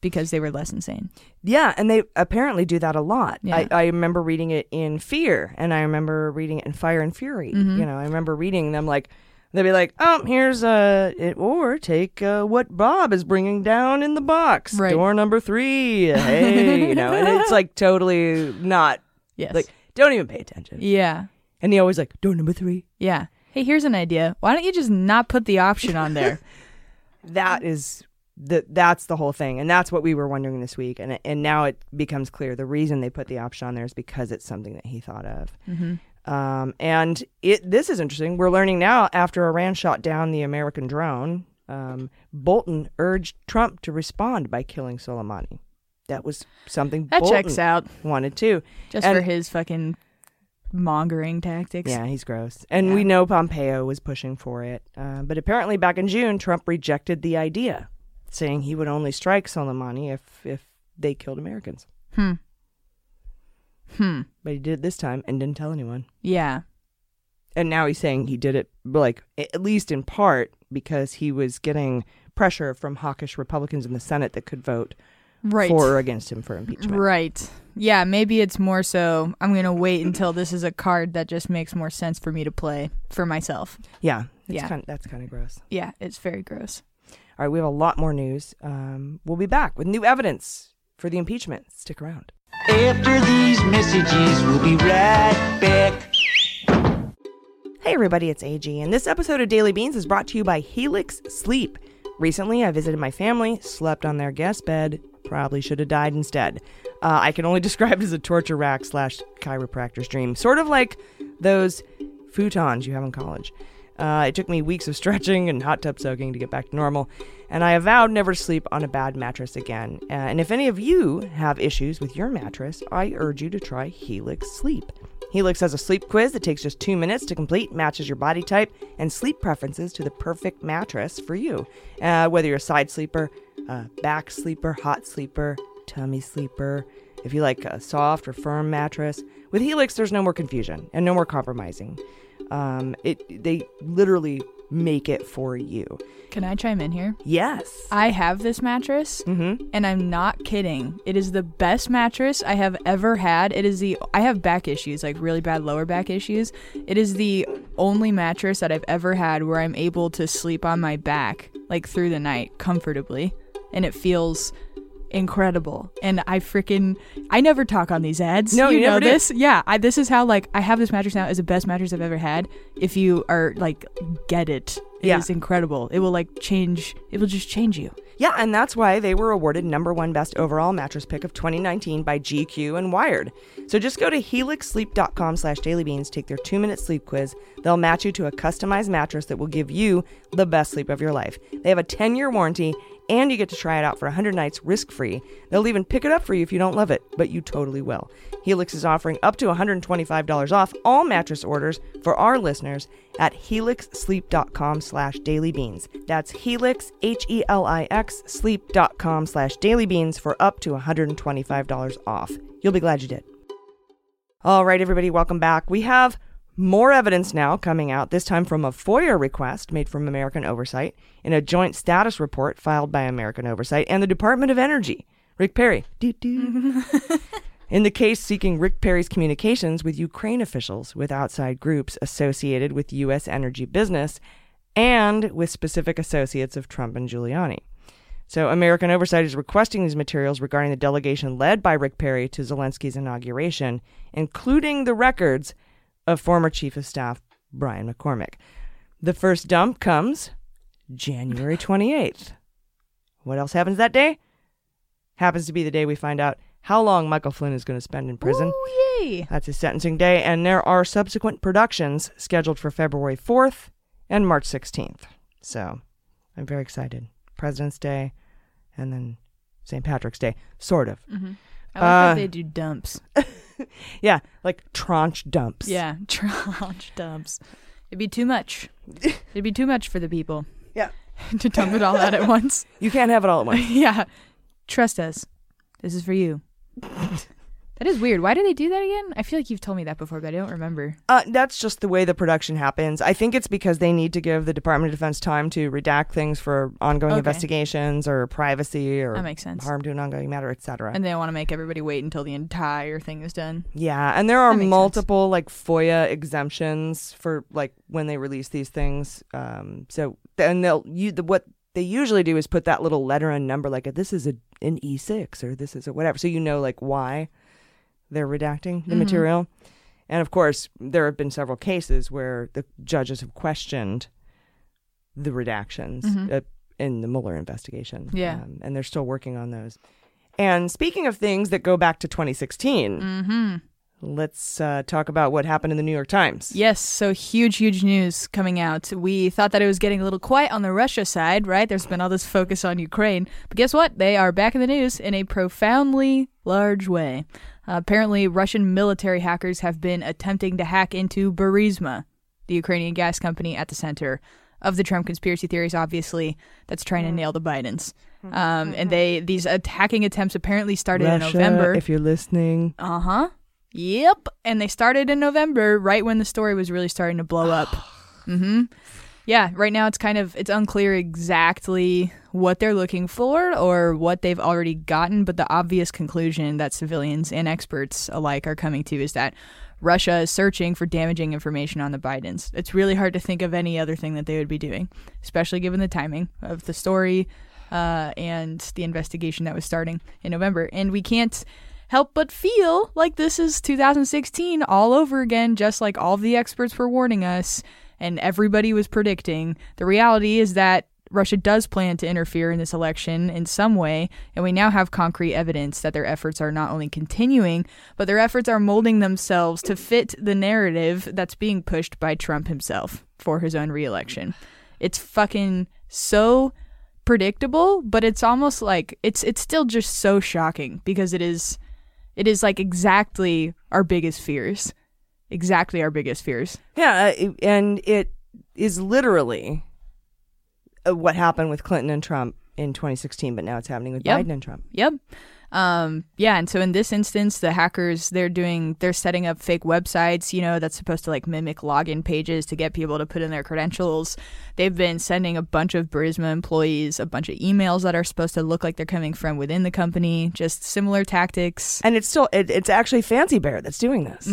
Speaker 3: because they were less insane.
Speaker 1: Yeah, and they apparently do that a lot.
Speaker 3: Yeah.
Speaker 1: I, I remember reading it in Fear and I remember reading it in Fire and Fury.
Speaker 3: Mm-hmm.
Speaker 1: You know, I remember reading them like they'd be like, "Oh, here's uh it, or take uh, what Bob is bringing down in the box.
Speaker 3: Right.
Speaker 1: Door number 3. Hey, you know, and it's like totally not
Speaker 3: Yes.
Speaker 1: Like, don't even pay attention.
Speaker 3: yeah.
Speaker 1: And he always like door number three.
Speaker 3: Yeah. Hey, here's an idea. Why don't you just not put the option
Speaker 1: [LAUGHS]
Speaker 3: on there?
Speaker 1: That is the that's the whole thing, and that's what we were wondering this week. And and now it becomes clear the reason they put the option on there is because it's something that he thought of. Um, and it this is interesting. We're learning now after Iran shot down the American drone. Um, Bolton urged Trump to respond by killing Soleimani. That was something
Speaker 3: That
Speaker 1: Bolton
Speaker 3: checks out
Speaker 1: wanted too.
Speaker 3: just
Speaker 1: And-
Speaker 3: for his fucking mongering tactics.
Speaker 1: Yeah, he's gross. And we know Pompeo was pushing for it. Uh, but apparently, back in June, Trump rejected the idea, saying he would only strike Soleimani if, if they killed Americans.
Speaker 3: Hmm. Hmm.
Speaker 1: But he did it this time and didn't tell anyone.
Speaker 3: Yeah.
Speaker 1: And now he's saying he did it, like, at least in part, because he was getting pressure from hawkish Republicans in the Senate that could vote
Speaker 3: Right.
Speaker 1: for or against him for impeachment.
Speaker 3: Right. Yeah, maybe it's more so I'm going to wait until this is a card that just makes more sense for me to play for myself.
Speaker 1: Yeah. It's
Speaker 3: Yeah.
Speaker 1: Kind that's kind of gross.
Speaker 3: Yeah, it's very gross.
Speaker 1: All right, we have a lot more news. Um, we'll be back with new evidence for the impeachment. Stick around.
Speaker 2: After these messages, we'll be right back.
Speaker 1: Hey, everybody, it's AG, and this episode of Daily Beans is brought to you by Helix Sleep. Recently, I visited my family, slept on their guest bed, probably should have died instead. Uh, I can only [LAUGHS] describe it as a torture rack slash chiropractor's dream, sort of like those futons you have in college. Uh, it took me weeks of stretching and hot tub soaking to get back to normal, and I have vowed never to sleep on a bad mattress again. Uh, and if any of you have issues with your mattress, I urge you to try Helix Sleep. Helix has a sleep quiz that takes just two minutes to complete, matches your body type and sleep preferences to the perfect mattress for you. Uh, whether you're a side sleeper, uh, back sleeper, hot sleeper, tummy sleeper, if you like a soft or firm mattress, with Helix there's no more confusion and no more compromising. Um, it they literally make it for you.
Speaker 3: Can I chime in here?
Speaker 1: Yes.
Speaker 3: I have this mattress
Speaker 1: Mm-hmm.
Speaker 3: and I'm not kidding. It is the best mattress I have ever had. It is the I have back issues, like really bad lower back issues. It is the only mattress that I've ever had where I'm able to sleep on my back like through the night comfortably and it feels incredible and i freaking i never talk on these ads
Speaker 1: No, you
Speaker 3: know
Speaker 1: never do.
Speaker 3: this yeah I, this is how like i have this mattress now is the best mattress i've ever had if you are like get it it is
Speaker 1: Yeah.
Speaker 3: incredible it will like change it will just change you
Speaker 1: Yeah, and that's why they were awarded number one best overall mattress pick of 2019 by GQ and Wired. So just go to helixsleep.com slash dailybeans, take their two-minute sleep quiz. They'll match you to a customized mattress that will give you the best sleep of your life. They have a 10-year warranty, and you get to try it out for 100 nights risk-free. They'll even pick it up for you if you don't love it, but you totally will. Helix is offering up to $125 off all mattress orders for our listeners at helixsleep.com slash dailybeans. That's helix, E H-E-L-I-X, sleep.com slash dailybeans for up to $125 off. You'll be glad you did. All right, everybody, welcome back. We have more evidence now coming out, this time from a FOIA request made from American Oversight in a joint status report filed by American Oversight and the Department of Energy. Rick Perry. Doo doo. in the case seeking Rick Perry's communications with Ukraine officials, with outside groups associated with U.S. energy business, and with specific associates of Trump and Giuliani. So, American Oversight is requesting these materials regarding the delegation led by Rick Perry to Zelensky's inauguration, including the records of former Chief of Staff Brian McCormick. The first dump comes January 28th. What else happens that day? Happens to be the day we find out how long Michael Flynn is going to spend in prison.
Speaker 3: Ooh, yay
Speaker 1: That's his sentencing day, and there are subsequent productions scheduled for February 4th and March 16th. So I'm very excited. President's Day and then St. Patrick's Day, sort of.
Speaker 3: Mm. i like
Speaker 1: Uh,
Speaker 3: that they do dumps
Speaker 1: Yeah, like tranche dumps.
Speaker 3: yeah [LAUGHS] tranche dumps it'd be too
Speaker 1: [LAUGHS]
Speaker 3: much it'd be too much for the people
Speaker 1: Yeah.
Speaker 3: [LAUGHS] to dump it all out
Speaker 1: [LAUGHS]
Speaker 3: at once
Speaker 1: You can't have it all at
Speaker 3: [LAUGHS]
Speaker 1: once.
Speaker 3: yeah trust us this is
Speaker 1: [LAUGHS]
Speaker 3: for you that is weird why do they do that again i feel like you've told me that before but i don't remember
Speaker 1: Uh, that's just the way the production happens. I think it's because they need to give the Department of Defense time to redact things for ongoing
Speaker 3: Okay.
Speaker 1: investigations or privacy or
Speaker 3: That makes sense.
Speaker 1: harm to an ongoing matter, etc.
Speaker 3: and they want to make everybody wait until the entire thing is done
Speaker 1: Yeah, and there are
Speaker 3: That makes sense.
Speaker 1: multiple like FOIA exemptions for like when they release these things. Um, so and they'll you the, what they usually do is put that little letter and number like this is a an E six or this is a whatever, so you know like why they're redacting
Speaker 3: Mm-hmm.
Speaker 1: the material. And of course, there have been several cases where the judges have questioned the redactions uh, in the Mueller investigation.
Speaker 3: Mm-hmm. Yeah.
Speaker 1: Um, and they're
Speaker 3: Mm-hmm.
Speaker 1: still working on those. And speaking of things that go back to 2016, let's uh, talk about what happened in the New York Times.
Speaker 3: Yes, so huge, huge news coming out. We thought that it was getting a little quiet on the Russia side, right? There's been all this focus on Ukraine. But guess what? They are back in the news in a profoundly large way. Uh, apparently, Russian military hackers have been attempting to hack into Burisma, the Ukrainian gas company at the center of the Trump conspiracy theories, obviously, that's trying to nail the Bidens. Um, and they these attacking attempts apparently started in
Speaker 1: Russia,
Speaker 3: November.
Speaker 1: if you're listening.
Speaker 3: Uh huh. Yep. And they started in November, right when the story was really starting to blow up. hmm. Yeah. Right now, it's kind of it's unclear exactly what they're looking for or what they've already gotten. But the obvious conclusion that civilians and experts alike are coming to is that Russia is searching for damaging information on the Bidens. It's really hard to think of any other thing that they would be doing, especially given the timing of the story uh, and the investigation that was starting in November. And we can't help but feel like this is 2016 all over again, just like all the experts were warning us and everybody was predicting. The reality is that Russia does plan to interfere in this election in some way, and we now have concrete evidence that their efforts are not only continuing, but their efforts are molding themselves to fit the narrative that's being pushed by Trump himself for his own reelection. It's fucking so predictable, but it's almost like it's it's still just so shocking because it is it is like exactly our biggest fears. Exactly our biggest fears.
Speaker 1: Yeah, uh, and it is literally uh, what happened with Clinton and Trump in 2016, but now it's happening with
Speaker 3: Yep.
Speaker 1: Biden and Trump.
Speaker 3: Yep. Um, yeah, and so in this instance, the hackers they're doing they're setting up fake websites, you know, that's supposed to like mimic login pages to get people to put in their credentials. They've been sending a bunch of Burisma employees a bunch of emails that are supposed to look like they're coming from within the company, just similar tactics.
Speaker 1: And it's still it, it's actually Fancy Bear that's doing this.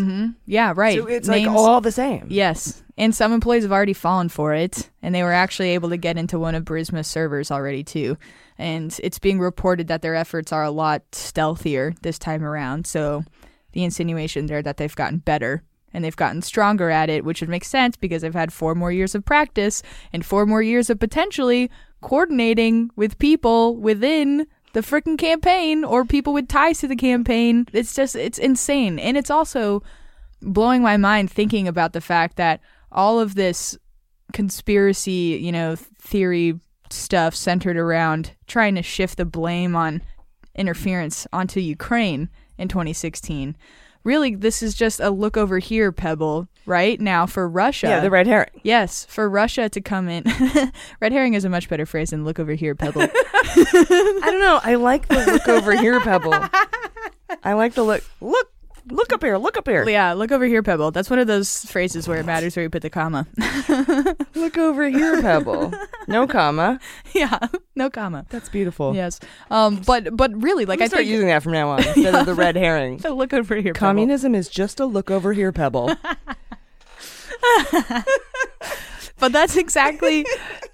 Speaker 3: Yeah, right.
Speaker 1: So it's like
Speaker 3: Mm-hmm. Names-
Speaker 1: all the same.
Speaker 3: Yes. And some employees have already fallen for it, and they were actually able to get into one of Burisma's servers already, too. And it's being reported that their efforts are a lot stealthier this time around. So the insinuation there that they've gotten better and they've gotten stronger at it, which would make sense because they've had four more years of practice and four more years of potentially coordinating with people within the freaking campaign or people with ties to the campaign. It's just, it's insane. And it's also blowing my mind thinking about the fact that all of this conspiracy, you know, theory stuff centered around trying to shift the blame on interference onto Ukraine in 2016. Really, this is just a look over here, Pebble, right now for Russia.
Speaker 1: Yeah, the red
Speaker 3: [LAUGHS]
Speaker 1: herring.
Speaker 3: Yes, for Russia to come in. [LAUGHS] Red herring is a much better phrase than look over
Speaker 1: [LAUGHS]
Speaker 3: here, Pebble.
Speaker 1: I don't know. I like the look over here, Pebble.
Speaker 3: [LAUGHS]
Speaker 1: I like the look. Look, look up here. Look up here.
Speaker 3: yeah, look over here, Pebble. That's one of those phrases where it matters where you put the comma. [LAUGHS]
Speaker 1: Look over here, Pebble. No comma.
Speaker 3: yeah, no comma.
Speaker 1: That's beautiful.
Speaker 3: Yes. Um, but but really, like
Speaker 1: I
Speaker 3: I
Speaker 1: start
Speaker 3: think [LAUGHS]
Speaker 1: using that from now on instead of the red herring.
Speaker 3: the look over here. [LAUGHS] Pebble.
Speaker 1: Communism is just a look over here,
Speaker 3: [LAUGHS]
Speaker 1: Pebble. [LAUGHS]
Speaker 3: But that's exactly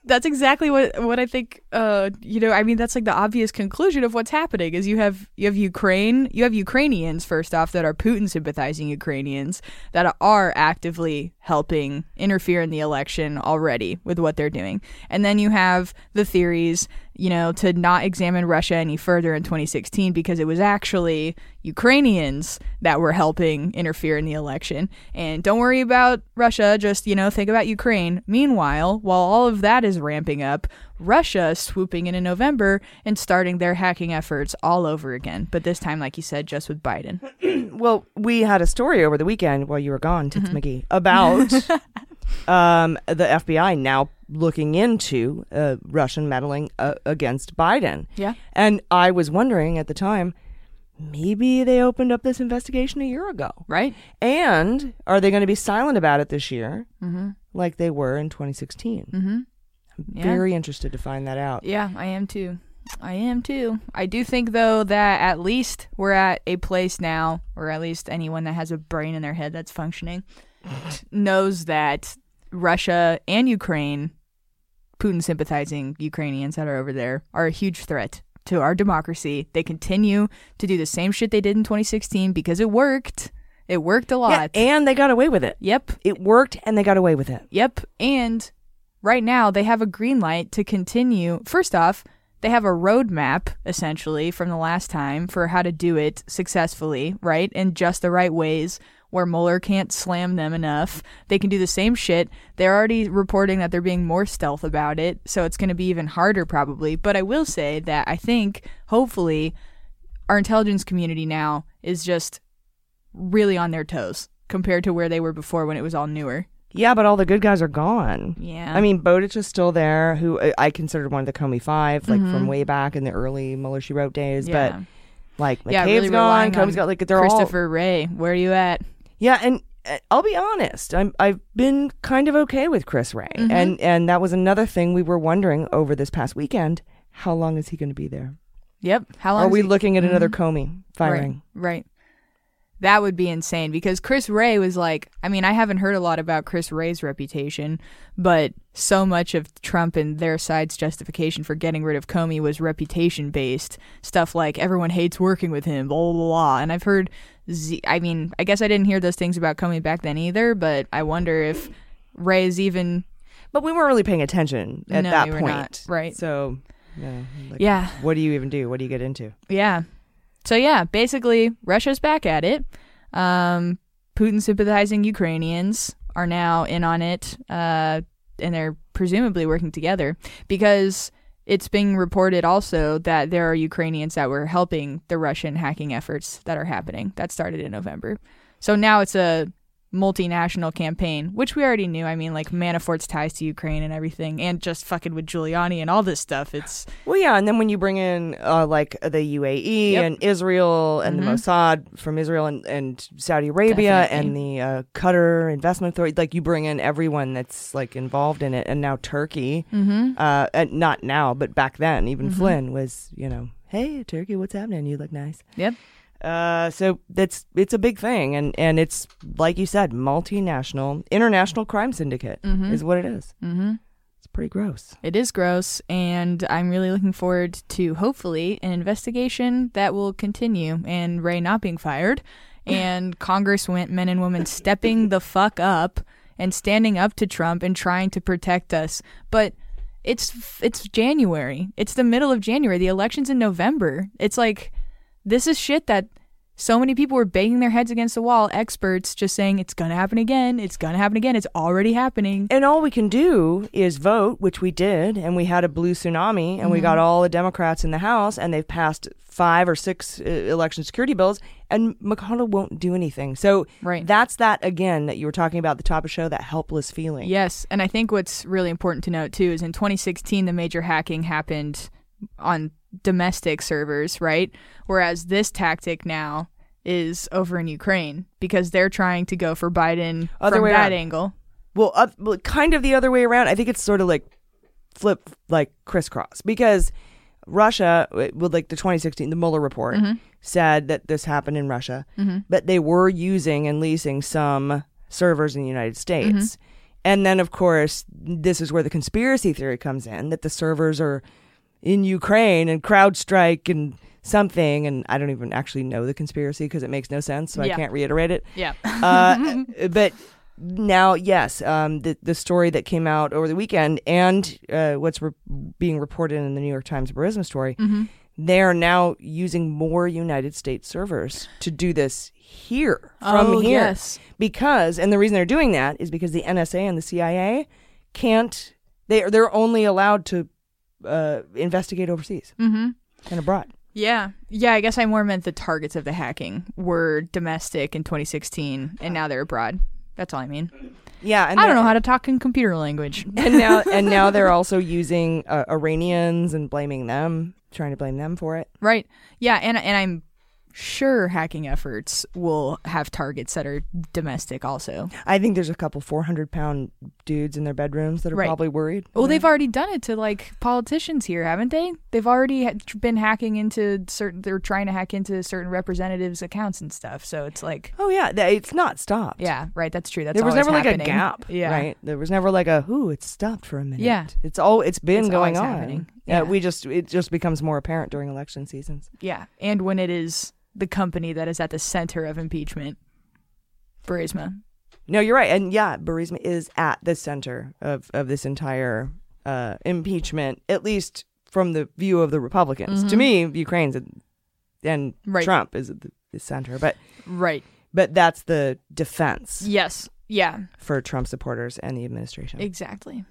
Speaker 3: that's exactly what what I think. Uh, you know, I mean, that's like the obvious conclusion of what's happening is you have you have Ukraine, you have Ukrainians first off that are Putin sympathizing Ukrainians that are actively helping interfere in the election already with what they're doing, and then you have the theories. You know, to not examine Russia any further in 2016 because it was actually Ukrainians that were helping interfere in the election. And don't worry about Russia, just, you know, think about Ukraine. Meanwhile, while all of that is ramping up, Russia is swooping in in November and starting their hacking efforts all over again. But this time, like you said, just with Biden.
Speaker 1: well, we had a story over the weekend while you were gone, Tits
Speaker 3: Mm-hmm.
Speaker 1: McGee,
Speaker 3: [LAUGHS]
Speaker 1: about um, the FBI now looking into uh, Russian meddling uh, against Biden.
Speaker 3: Yeah.
Speaker 1: And I was wondering at the time, maybe they opened up this investigation a year ago.
Speaker 3: Right?
Speaker 1: And are they going to be silent about it this year, like they were in 2016? Mm-hmm. I'm
Speaker 3: Mm-hmm. Yeah.
Speaker 1: very interested to find that out.
Speaker 3: Yeah, I am too. I am too. I do think though that at least we're at a place now, or at least anyone that has a brain in their head
Speaker 1: [LAUGHS]
Speaker 3: that's functioning knows that Russia and Ukraine, Putin sympathizing Ukrainians that are over there, are a huge threat to our democracy. They continue to do the same shit they did in 2016 because it worked. It worked a
Speaker 1: Yeah,
Speaker 3: lot.
Speaker 1: and they got away with it.
Speaker 3: yep.
Speaker 1: It worked, and they got away with it.
Speaker 3: Yep. And right now they have a green light to continue. First off, they have a roadmap essentially from the last time for how to do it successfully, right? In just the right ways where Mueller can't slam them enough. They can do the same shit. They're already reporting that they're being more stealth about it, so it's going to be even harder probably. But I will say that I think hopefully our intelligence community now is just really on their toes compared to where they were before when it was all newer.
Speaker 1: Yeah, but all the good guys are gone.
Speaker 3: Yeah.
Speaker 1: I mean, Bowditch is still there, who I- I considered one of the Comey Five, like from way back in the early Mueller She Wrote days.
Speaker 3: Mm-hmm. Yeah.
Speaker 1: But like McCabe's
Speaker 3: yeah, really
Speaker 1: gone,
Speaker 3: relying on
Speaker 1: Comey's got like they're all
Speaker 3: Christopher Ray. Where are you at?
Speaker 1: yeah. And uh, I'll be honest, I'm I've been kind of okay with Chris Ray,
Speaker 3: Mm-hmm.
Speaker 1: and and that was another thing we were wondering over this past weekend: how long is he going to be there?
Speaker 3: Yep. How long
Speaker 1: Are
Speaker 3: is
Speaker 1: we
Speaker 3: he- Mm-hmm.
Speaker 1: looking at another Comey firing?
Speaker 3: Right, right. That would be insane because Chris Ray was like, I mean, I haven't heard a lot about Chris Ray's reputation, but so much of Trump and their side's justification for getting rid of Comey was reputation based stuff like everyone hates working with him, blah, blah, blah. And I've heard, Z- I mean, I guess I didn't hear those things about Comey back then either, but I wonder if Ray is even
Speaker 1: But we weren't really paying attention at
Speaker 3: No,
Speaker 1: that
Speaker 3: you were
Speaker 1: point,
Speaker 3: not, right.
Speaker 1: So, yeah, like,
Speaker 3: Yeah.
Speaker 1: What do you even do? What do you get into?
Speaker 3: Yeah. So yeah, basically Russia's back at it. Um, Putin sympathizing Ukrainians are now in on it, uh, and they're presumably working together because it's being reported also that there are Ukrainians that were helping the Russian hacking efforts that are happening that started in November. So now it's a multinational campaign, which we already knew. I mean, like Manafort's ties to Ukraine and everything, and just fucking with Giuliani and all this stuff. It's
Speaker 1: Well, yeah, and then when you bring in uh, like the UAE
Speaker 3: Yep.
Speaker 1: and Israel and the Mossad from Israel and, and Saudi Arabia and the uh, Qatar Investment Authority, like you bring in everyone that's like involved in it, and now Turkey, mm-hmm. uh, and not now, but back then, even Flynn was, you know, hey Turkey, what's happening? You look nice.
Speaker 3: yep.
Speaker 1: Uh, so that's it's a big thing, and and it's like you said, multinational, international crime syndicate is what it is. Mm-hmm. It's pretty gross.
Speaker 3: It is gross, and I'm really looking forward to hopefully an investigation that will continue and Ray not being fired and Congress went men and women stepping the fuck up and standing up to Trump and trying to protect us. But it's it's January. It's the middle of January. The election's in November. It's like this is shit that so many people were banging their heads against the wall, experts just saying it's going to happen again. It's going to happen again. It's already happening.
Speaker 1: And all we can do is vote, which we did, and we had a blue tsunami, and we got all the Democrats in the House, and they've passed five or six uh, election security bills, and McConnell won't do anything. So
Speaker 3: Right.
Speaker 1: that's that again that you were talking about at the top of the show, that helpless feeling.
Speaker 3: Yes, and I think what's really important to note too is in 2016 the major hacking happened on domestic servers, right? Whereas this tactic now is over in Ukraine because they're trying to go for Biden
Speaker 1: Other
Speaker 3: from
Speaker 1: way
Speaker 3: that
Speaker 1: around.
Speaker 3: angle.
Speaker 1: well, up, well, kind of the other way around. I think it's sort of like flip, like crisscross, because Russia, with like the 2016, the Mueller report said that this happened in Russia, but they were using and leasing some servers in the United States. And then, of course, this is where the conspiracy theory comes in that the servers are in Ukraine and CrowdStrike and something. And I don't even actually know the conspiracy because it makes no sense, so I
Speaker 3: Yeah.
Speaker 1: can't reiterate it
Speaker 3: [LAUGHS] Yeah.
Speaker 1: uh, but now, yes, um, the the story that came out over the weekend and uh, what's re- being reported in the New York Times Burisma story,
Speaker 3: Mm-hmm.
Speaker 1: they are now using more United States servers to do this here from
Speaker 3: Oh,
Speaker 1: here
Speaker 3: yes.
Speaker 1: because, and the reason they're doing that is because the NSA and the CIA can't they they're only allowed to uh, investigate overseas and abroad.
Speaker 3: Yeah. Yeah, Mm-hmm. I guess I more meant the targets of the hacking were domestic in 2016 and now they're abroad. That's all I mean.
Speaker 1: Yeah, and
Speaker 3: I
Speaker 1: they're-
Speaker 3: don't know how to talk in computer language.
Speaker 1: and
Speaker 3: [LAUGHS]
Speaker 1: now and now they're also using uh, Iranians and blaming them, trying to blame them for it.
Speaker 3: Right. Yeah, and and I'm sure hacking efforts will have targets that are domestic also.
Speaker 1: I think there's a couple 400 pound dudes in their bedrooms that are
Speaker 3: Right.
Speaker 1: probably worried.
Speaker 3: Well, they've already done it to like politicians here, haven't they? They've already ha- tr- been hacking into certain they're trying to hack into certain representatives' accounts and stuff. So it's like
Speaker 1: Oh yeah, th- it's not stopped.
Speaker 3: yeah, right, that's true. That's
Speaker 1: There was
Speaker 3: always
Speaker 1: never like
Speaker 3: happening.
Speaker 1: a gap,
Speaker 3: Yeah.
Speaker 1: right? There was never like a "ooh, it's stopped for a minute."
Speaker 3: Yeah.
Speaker 1: it's all it's been
Speaker 3: It's
Speaker 1: going
Speaker 3: always
Speaker 1: on.
Speaker 3: happening.
Speaker 1: Yeah,
Speaker 3: Yeah.
Speaker 1: we just it just becomes more apparent during election seasons.
Speaker 3: Yeah. And when it is the company that is at the center of impeachment. Burisma.
Speaker 1: No, you're right, and yeah, Burisma is at the center of of this entire uh, impeachment, at least from the view of the Republicans. To me, Ukraine's a, and
Speaker 3: Mm-hmm. Right.
Speaker 1: Trump is at the, the center, but
Speaker 3: Right.
Speaker 1: but that's the defense
Speaker 3: Yes. Yeah.
Speaker 1: for Trump supporters and the administration.
Speaker 3: Exactly.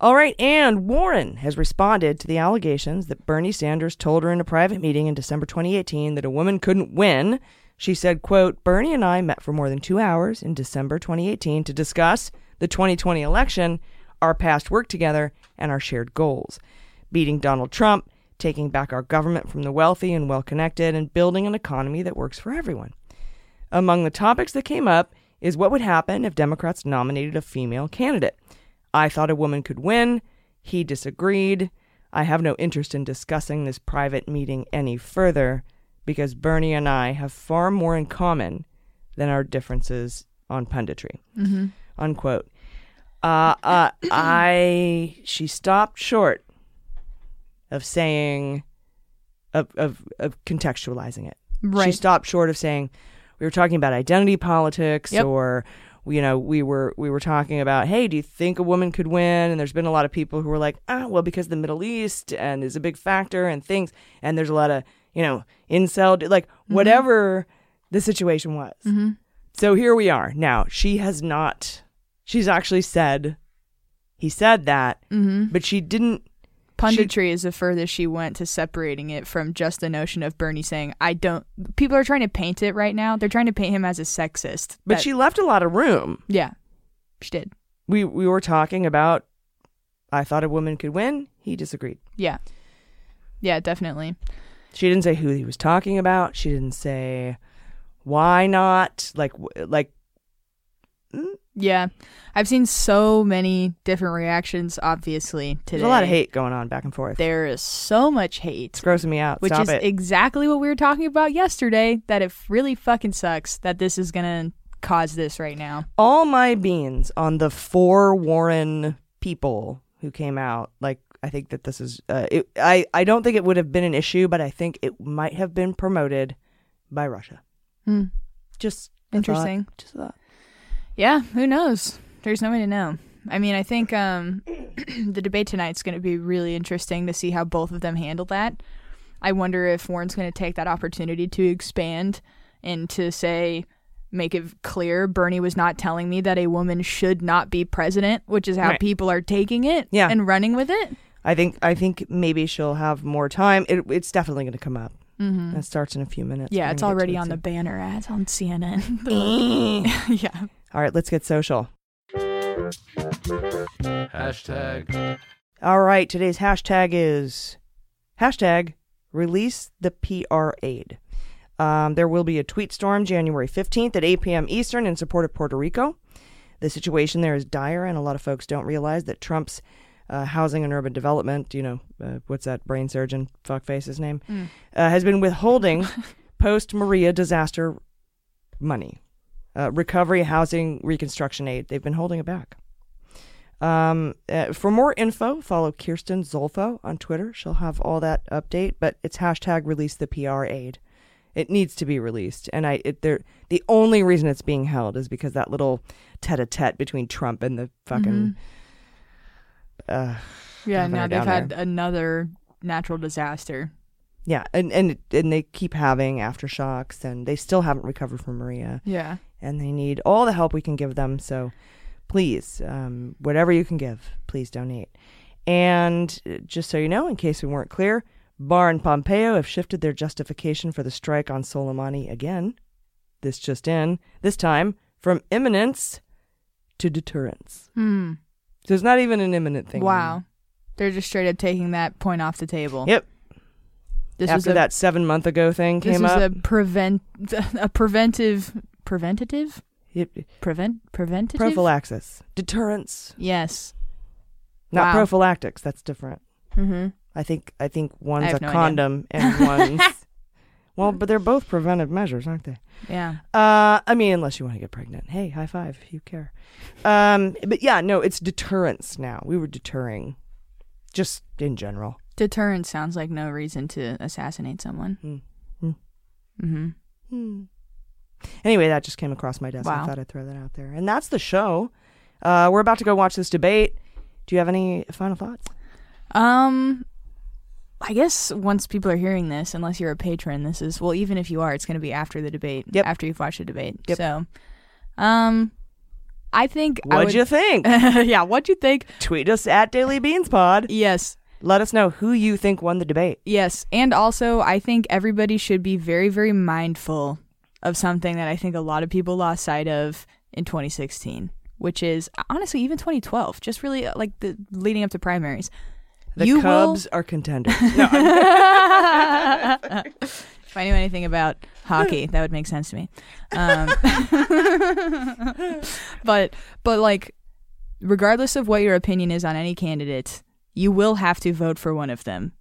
Speaker 1: All right, and Warren has responded to the allegations that Bernie Sanders told her in a private meeting in December 2018 that a woman couldn't win. She said, quote, Bernie and I met for more than two hours in December 2018 to discuss the 2020 election, our past work together, and our shared goals. Beating Donald Trump, taking back our government from the wealthy and well connected, and building an economy that works for everyone. Among the topics that came up is what would happen if Democrats nominated a female candidate. I thought a woman could win. He disagreed. I have no interest in discussing this private meeting any further because Bernie and I have far more in common than our differences on punditry. Mm-hmm. Unquote. Uh, uh, I she stopped short of saying of of, of contextualizing it. She
Speaker 3: Right.
Speaker 1: stopped short of saying we were talking about identity politics
Speaker 3: Yep.
Speaker 1: or you know we were we were talking about hey do you think a woman could win and there's been a lot of people who were like ah well because the middle east and is a big factor and things and there's a lot of you know incel like
Speaker 3: Mm-hmm.
Speaker 1: whatever the situation was so here we are now she has not she's actually said he said that
Speaker 3: Mm-hmm.
Speaker 1: but she didn't
Speaker 3: Punditry is the furthest she went to separating it from just the notion of Bernie saying, I don't. People are trying to paint it right now. They're trying to paint him as a sexist.
Speaker 1: but
Speaker 3: That-
Speaker 1: she left a lot of room
Speaker 3: Yeah. She did.
Speaker 1: we we were talking about i thought a woman could win he disagreed
Speaker 3: Yeah. Yeah, definitely.
Speaker 1: She didn't say who he was talking about. She didn't say why not. Like w- like
Speaker 3: Yeah. I've seen so many different reactions, obviously, today.
Speaker 1: there's a lot of hate going on back and forth.
Speaker 3: There is so much hate.
Speaker 1: It's grossing me out.
Speaker 3: which
Speaker 1: Stop
Speaker 3: is
Speaker 1: it.
Speaker 3: exactly what we were talking about yesterday that it really fucking sucks that this is gonna cause this right now
Speaker 1: All my beans on the four Warren people who came out. Like I think that this is. Uh, it, I I don't think it would have been an issue, but I think it might have been promoted by Russia.
Speaker 3: Hmm.
Speaker 1: Just a
Speaker 3: Interesting.
Speaker 1: thought. Just a thought.
Speaker 3: yeah who knows there's no way to know i mean i think um [CLEARS THROAT] the debate tonight's gonna be really interesting to see how both of them handle that i wonder if warren's gonna take that opportunity to expand and to say make it clear bernie was not telling me that a woman should not be president which is how
Speaker 1: Right.
Speaker 3: people are taking it
Speaker 1: Yeah.
Speaker 3: and running with it
Speaker 1: I think I think maybe she'll have more time. It, it's definitely going to come up. Mm-hmm. It starts in a few minutes.
Speaker 3: yeah
Speaker 1: We're
Speaker 3: it's
Speaker 1: gonna get to
Speaker 3: already
Speaker 1: it
Speaker 3: on the
Speaker 1: soon.
Speaker 3: banner ads
Speaker 1: [LAUGHS]
Speaker 3: on cnn [LAUGHS] yeah
Speaker 1: All right, let's get social.
Speaker 4: Hashtag.
Speaker 1: All right, today's hashtag is hashtag release the PR aid. Um, there will be a tweet storm January 15th at 8 p.m. Eastern in support of Puerto Rico. The situation there is dire, and a lot of folks don't realize that Trump's uh, housing and urban development, you know, uh, what's that brain surgeon fuckface's name, uh, has been withholding post Maria disaster money, uh, recovery, housing, reconstruction aid. They've been holding it back. Um, uh, for more info, follow Kirsten Zolfo on Twitter. She'll have all that update, but it's hashtag release the PR aid. It needs to be released, and I it, there the only reason it's being held is because that little tete-a-tete between Trump and the fucking uh,
Speaker 3: Yeah,
Speaker 1: having
Speaker 3: now
Speaker 1: her
Speaker 3: they've
Speaker 1: down
Speaker 3: had another natural disaster.
Speaker 1: yeah, and and and they keep having aftershocks, and they still haven't recovered from Maria.
Speaker 3: Yeah.
Speaker 1: and they need all the help we can give them. So please, um, whatever you can give, please donate. And uh, just so you know, in case we weren't clear, Barr and Pompeo have shifted their justification for the strike on Soleimani again. This just in, this time from imminence to deterrence.
Speaker 3: Hmm.
Speaker 1: So it's not even an imminent thing.
Speaker 3: Wow. They're just straight up taking that point off the table.
Speaker 1: Yep.
Speaker 3: This
Speaker 1: After
Speaker 3: was a,
Speaker 1: that seven month ago thing
Speaker 3: this
Speaker 1: came
Speaker 3: was
Speaker 1: up,
Speaker 3: a prevent [LAUGHS] a preventive preventative
Speaker 1: it-
Speaker 3: prevent preventative
Speaker 1: prophylaxis, deterrence,
Speaker 3: Yes.
Speaker 1: not
Speaker 3: Wow.
Speaker 1: prophylactics. That's different.
Speaker 3: Mm-hmm.
Speaker 1: I think I think one's
Speaker 3: have
Speaker 1: a
Speaker 3: no idea.
Speaker 1: condom
Speaker 3: [LAUGHS]
Speaker 1: and one's well, but they're both preventive measures, aren't they?
Speaker 3: Yeah.
Speaker 1: Uh, I mean, unless you want to get pregnant. Hey, high five if you care. Um, but yeah, no, it's deterrence now. We were deterring, just in general.
Speaker 3: Deterrence sounds like no reason to assassinate someone.
Speaker 1: Hmm. Hmm.
Speaker 3: Mm-hmm.
Speaker 1: Anyway, that just came across my desk. I
Speaker 3: Wow.
Speaker 1: thought I'd throw that out there, and that's the show. Uh, we're about to go watch this debate. Do you have any final thoughts?
Speaker 3: Um I guess once people are hearing this, unless you're a patron, this is well, even if you are, it's going to be after the debate.
Speaker 1: Yep.
Speaker 3: After you've watched the debate.
Speaker 1: Yep.
Speaker 3: So, um, I think I
Speaker 1: What'd
Speaker 3: would.
Speaker 1: you
Speaker 3: [LAUGHS]
Speaker 1: think?
Speaker 3: yeah. What'd you think?
Speaker 1: Tweet us at Daily Beans Pod.
Speaker 3: Yes.
Speaker 1: Let us know who you think won the debate.
Speaker 3: Yes. And also, I think everybody should be very, very mindful of something that I think a lot of people lost sight of in 2016, which is honestly even 2012, just really uh, like the leading up to primaries.
Speaker 1: The
Speaker 3: you will
Speaker 1: Cubs are contenders. No, I'm-
Speaker 3: [LAUGHS] if I knew anything about hockey, that would make sense to me. Um, [LAUGHS] but but like, regardless of what your opinion is on any candidate, you will have to vote for one of them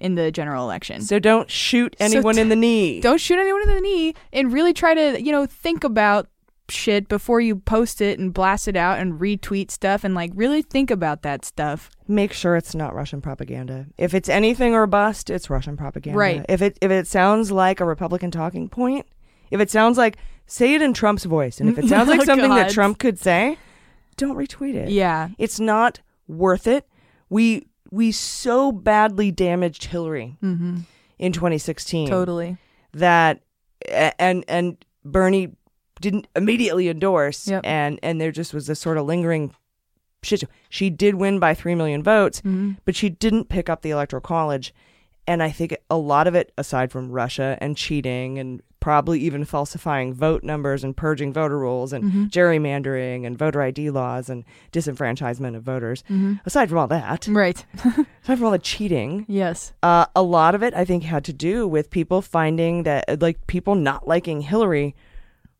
Speaker 3: in the general election.
Speaker 1: so don't shoot
Speaker 3: So
Speaker 1: anyone
Speaker 3: t-
Speaker 1: in the knee.
Speaker 3: Don't shoot anyone in the knee, and really try to you know think about shit before you post it and blast it out and retweet stuff and like really think about that stuff.
Speaker 1: Make sure it's not Russian propaganda. If it's anything or bust, it's Russian propaganda.
Speaker 3: Right.
Speaker 1: If it if it sounds like a Republican talking point, if it sounds like say it in Trump's voice, and if
Speaker 3: [LAUGHS]
Speaker 1: it sounds like
Speaker 3: Oh,
Speaker 1: something that
Speaker 3: God.
Speaker 1: Trump could say, don't retweet it.
Speaker 3: Yeah.
Speaker 1: It's not worth it. We we so badly damaged Hillary
Speaker 3: Mm-hmm.
Speaker 1: in 2016
Speaker 3: Totally.
Speaker 1: that a- and and Bernie didn't immediately endorse
Speaker 3: Yep.
Speaker 1: and and there just was this sort of lingering shit show. She did win by 3 million votes,
Speaker 3: Mm-hmm.
Speaker 1: but she didn't pick up the electoral college and I think a lot of it aside from Russia and cheating and probably even falsifying vote numbers and purging voter rolls and
Speaker 3: Mhm.
Speaker 1: gerrymandering and voter ID laws and disenfranchisement of voters.
Speaker 3: Mm-hmm.
Speaker 1: Aside from all that,
Speaker 3: Right. [LAUGHS]
Speaker 1: aside from all the cheating,
Speaker 3: Yes.
Speaker 1: uh, a lot of it i think had to do with people finding that like people not liking hillary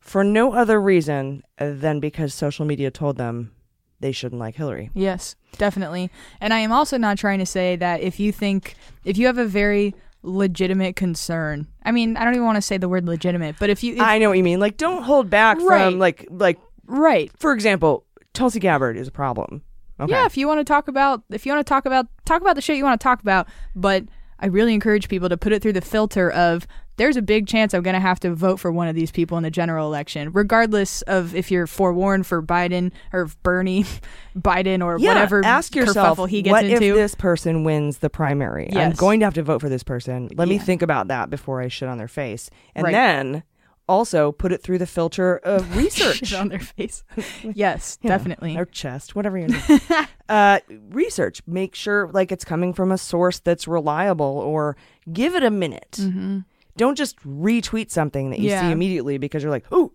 Speaker 1: for no other reason than because social media told them they shouldn't like hillary
Speaker 3: Yes. Definitely. And I am also not trying to say that if you think if you have a very legitimate concern. I mean, I don't even want to say the word legitimate, but if you if,
Speaker 1: i know what you mean like don't hold back
Speaker 3: Right.
Speaker 1: from like like
Speaker 3: right.
Speaker 1: for example tulsi gabbard is a problem okay
Speaker 3: Yeah, if you want to talk about if you want to talk about talk about the shit you want to talk about, but I really encourage people to put it through the filter of there's a big chance I'm going to have to vote for one of these people in the general election, regardless of if you're forewarned for Biden or Bernie, [LAUGHS] Biden or
Speaker 1: Yeah,
Speaker 3: whatever
Speaker 1: ask yourself
Speaker 3: kerfuffle he gets
Speaker 1: what
Speaker 3: into.
Speaker 1: if this person wins the primary i'm
Speaker 3: Yes.
Speaker 1: going to have to vote for this person let me
Speaker 3: Yeah.
Speaker 1: think about that before i shit on their face and
Speaker 3: Right.
Speaker 1: then also put it through the filter [LAUGHS] of research
Speaker 3: [LAUGHS] Shit on their
Speaker 1: [LAUGHS]
Speaker 3: face. yes,
Speaker 1: you know,
Speaker 3: definitely.
Speaker 1: or chest, whatever
Speaker 3: [LAUGHS]
Speaker 1: you need. uh, research. Make sure like it's coming from a source that's reliable, or give it a minute. Don't just retweet something that you see
Speaker 3: Mm-hmm. Yeah.
Speaker 1: immediately because you're like, ooh,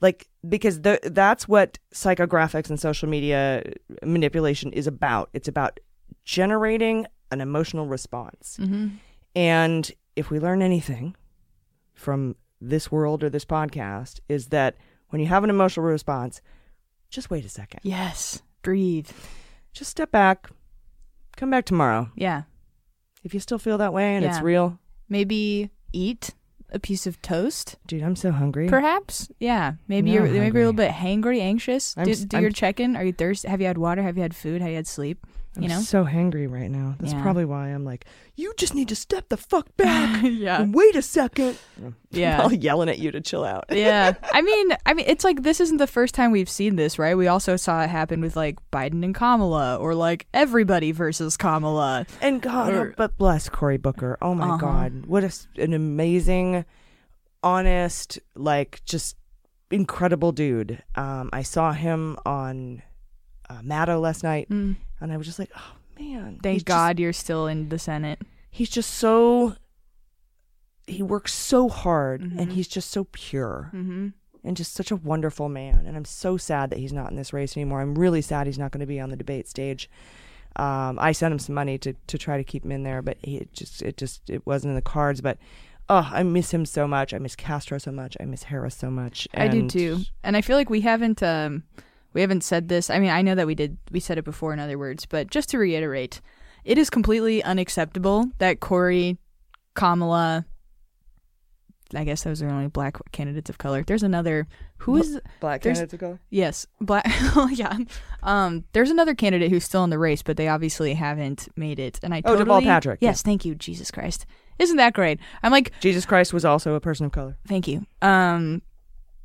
Speaker 1: like because the, that's what psychographics and social media manipulation is about. It's about generating an emotional response.
Speaker 3: Mm-hmm.
Speaker 1: And if we learn anything from this world or this podcast, is that when you have an emotional response, just wait a second
Speaker 3: Yes, breathe.
Speaker 1: just step back, come back tomorrow.
Speaker 3: Yeah,
Speaker 1: If you still feel that way and it's
Speaker 3: Yeah.
Speaker 1: real,
Speaker 3: maybe eat a piece of toast,
Speaker 1: dude, I'm so hungry.
Speaker 3: perhaps. Yeah, maybe
Speaker 1: Now
Speaker 3: you're
Speaker 1: I'm
Speaker 3: maybe you're a little
Speaker 1: hungry.
Speaker 3: bit hangry, anxious.
Speaker 1: I'm
Speaker 3: do
Speaker 1: s-
Speaker 3: do
Speaker 1: I'm-
Speaker 3: your check-in. Are you thirsty? Have you had water? Have you had food? Have you had sleep?
Speaker 1: I'm
Speaker 3: you
Speaker 1: [LAUGHS]
Speaker 3: know.
Speaker 1: so hangry right now. That's
Speaker 3: Yeah.
Speaker 1: probably why I'm like, you just need to step the fuck
Speaker 3: [SIGHS]
Speaker 1: back.
Speaker 3: yeah.
Speaker 1: and Wait a second.
Speaker 3: [LAUGHS]
Speaker 1: [LAUGHS]
Speaker 3: Yeah.
Speaker 1: All yelling at you to chill out.
Speaker 3: yeah. I mean, I mean, it's like this isn't the first time we've seen this, right? We also saw it happen with like Biden and Kamala, or like everybody versus Kamala.
Speaker 1: And God, oh,
Speaker 3: Or-
Speaker 1: but bless Cory Booker. Oh my
Speaker 3: Uh-huh.
Speaker 1: God. What a s an amazing, honest, like just incredible dude. Um, I saw him on uh, Maddow last night
Speaker 3: Mm.
Speaker 1: and I was just like, oh man.
Speaker 3: Thank
Speaker 1: he's just-
Speaker 3: God you're still in the Senate.
Speaker 1: he's just so he works so hard and
Speaker 3: Mhm.
Speaker 1: he's just so pure
Speaker 3: Mm-hmm.
Speaker 1: and just such a wonderful man and i'm so sad that he's not in this race anymore i'm really sad he's not going to be on the debate stage um, i sent him some money to, to try to keep him in there but he it just it just it wasn't in the cards but oh i miss him so much i miss castro so much i miss harris so much
Speaker 3: I do
Speaker 1: and-
Speaker 3: too. And I feel like we haven't um we haven't said this. I mean, I know that we did we said it before in other words, but just to reiterate, it is completely unacceptable that Corey, Kamala I guess those are only black candidates of color. There's another who is
Speaker 1: black
Speaker 3: There's-
Speaker 1: candidates of color
Speaker 3: yes, black [LAUGHS] oh yeah. Um there's another candidate who's still in the race, but they obviously haven't made it. And I
Speaker 1: Oh,
Speaker 3: totally
Speaker 1: DePaul Patrick,
Speaker 3: Yes, thank you, Jesus Christ. Isn't that great? I'm like
Speaker 1: jesus christ was also a person of color
Speaker 3: Thank you. Um,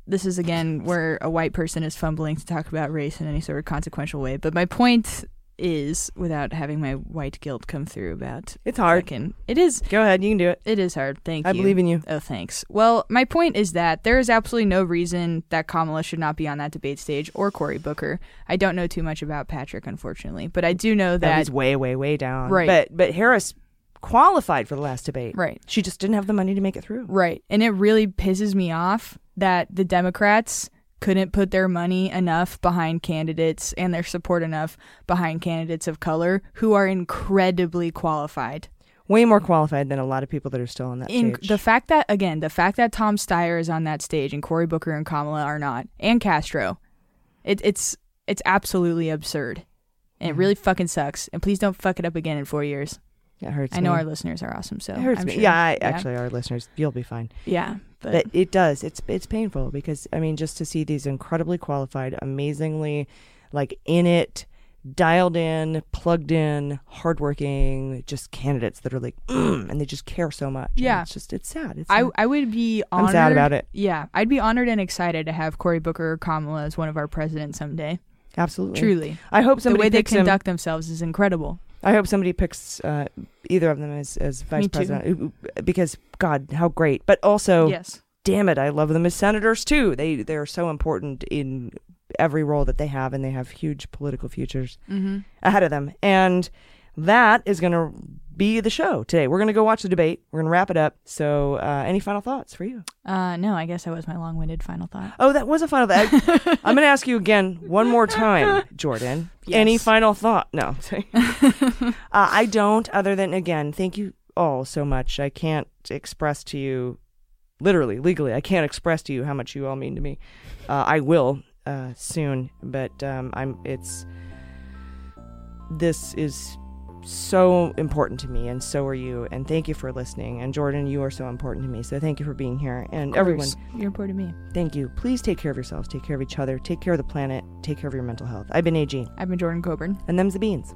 Speaker 3: this is again where a white person is fumbling to talk about race in any sort of consequential way. But my point is without having my white guilt come through about
Speaker 1: It's hard.
Speaker 3: fucking. It is.
Speaker 1: Go ahead. You can do it.
Speaker 3: It is hard. Thank
Speaker 1: I
Speaker 3: you.
Speaker 1: believe in you.
Speaker 3: Oh, thanks. Well, my point is that there is absolutely no reason that Kamala should not be on that debate stage or Cory Booker. I don't know too much about Patrick, unfortunately, but I do know
Speaker 1: That
Speaker 3: that.
Speaker 1: was way, way, way down.
Speaker 3: Right.
Speaker 1: But but Harris qualified for the last debate.
Speaker 3: Right.
Speaker 1: She just didn't have the money to make it through.
Speaker 3: Right. And it really pisses me off that the Democrats couldn't put their money enough behind candidates and their support enough behind candidates of color who are incredibly qualified.
Speaker 1: Way more qualified than a lot of people that are still on that
Speaker 3: In
Speaker 1: stage.
Speaker 3: the fact that again, the fact that Tom Steyer is on that stage and Cory Booker and Kamala are not, and Castro, it, it's it's absolutely absurd,
Speaker 1: Mm-hmm.
Speaker 3: and it really fucking sucks. And please don't fuck it up again in four years.
Speaker 1: it hurts.
Speaker 3: I know
Speaker 1: me.
Speaker 3: our listeners are awesome, so
Speaker 1: It hurts
Speaker 3: I'm
Speaker 1: me.
Speaker 3: sure- Uh.
Speaker 1: Yeah, I, actually, our listeners, you'll be fine.
Speaker 3: yeah, but,
Speaker 1: But it does. It's it's painful because I mean, just to see these incredibly qualified, amazingly, like in it, dialed in, plugged in, hardworking, just candidates that are like, mm, and they just care so much. And
Speaker 3: Yeah.
Speaker 1: it's just it's sad. It's
Speaker 3: I
Speaker 1: sad.
Speaker 3: I would be honored.
Speaker 1: I'm sad about it.
Speaker 3: Yeah, I'd be honored and excited to have Cory Booker or Kamala as one of our presidents someday.
Speaker 1: absolutely
Speaker 3: Truly,
Speaker 1: I hope
Speaker 3: the
Speaker 1: somebody
Speaker 3: way they
Speaker 1: picks him-
Speaker 3: conduct themselves is incredible.
Speaker 1: I hope somebody picks uh, either of them as as vice
Speaker 3: too.
Speaker 1: president Ooh, ooh, because God, how great! But also,
Speaker 3: Yes,
Speaker 1: damn it, I love them as senators too. They they are so important in every role that they have, and they have huge political futures ahead of them. And that is going to be the show today. We're going to go watch the debate. We're going to wrap it up. So, uh, any final thoughts for you?
Speaker 3: uh, no, I guess that was my long-winded final thought.
Speaker 1: Oh, that was a final thought. I- I'm going to ask you again one more time, Jordan. Any
Speaker 3: Yes.
Speaker 1: final thought? No. uh, I don't, other than, again, thank you all so much. I can't express to you, literally, legally, I can't express to you how much you all mean to me. Uh, I will uh, soon, but um, I'm, it's, this is so important to me and so are you and thank you for listening and jordan you are so important to me so thank you for being here and everyone
Speaker 3: you're important to me.
Speaker 1: Thank you. Please take care of yourselves, take care of each other, take care of the planet, take care of your mental health. I've been AG,
Speaker 3: I've been Jordan Coburn.
Speaker 1: and them's the beans.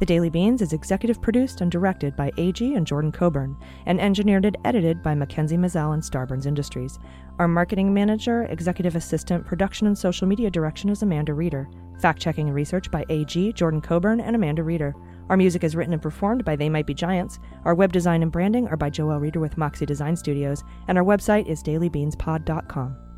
Speaker 1: The Daily Beans is executive produced and directed by AG and Jordan Coburn, and engineered and edited by Mackenzie Mazzell and Starburns Industries. Our marketing manager, executive assistant, production and social media direction is Amanda Reeder. Fact checking and research by AG, Jordan Coburn, and Amanda Reeder. Our music is written and performed by They Might Be Giants. Our web design and branding are by Joel Reeder with Moxie Design Studios, and our website is dailybeanspod.com.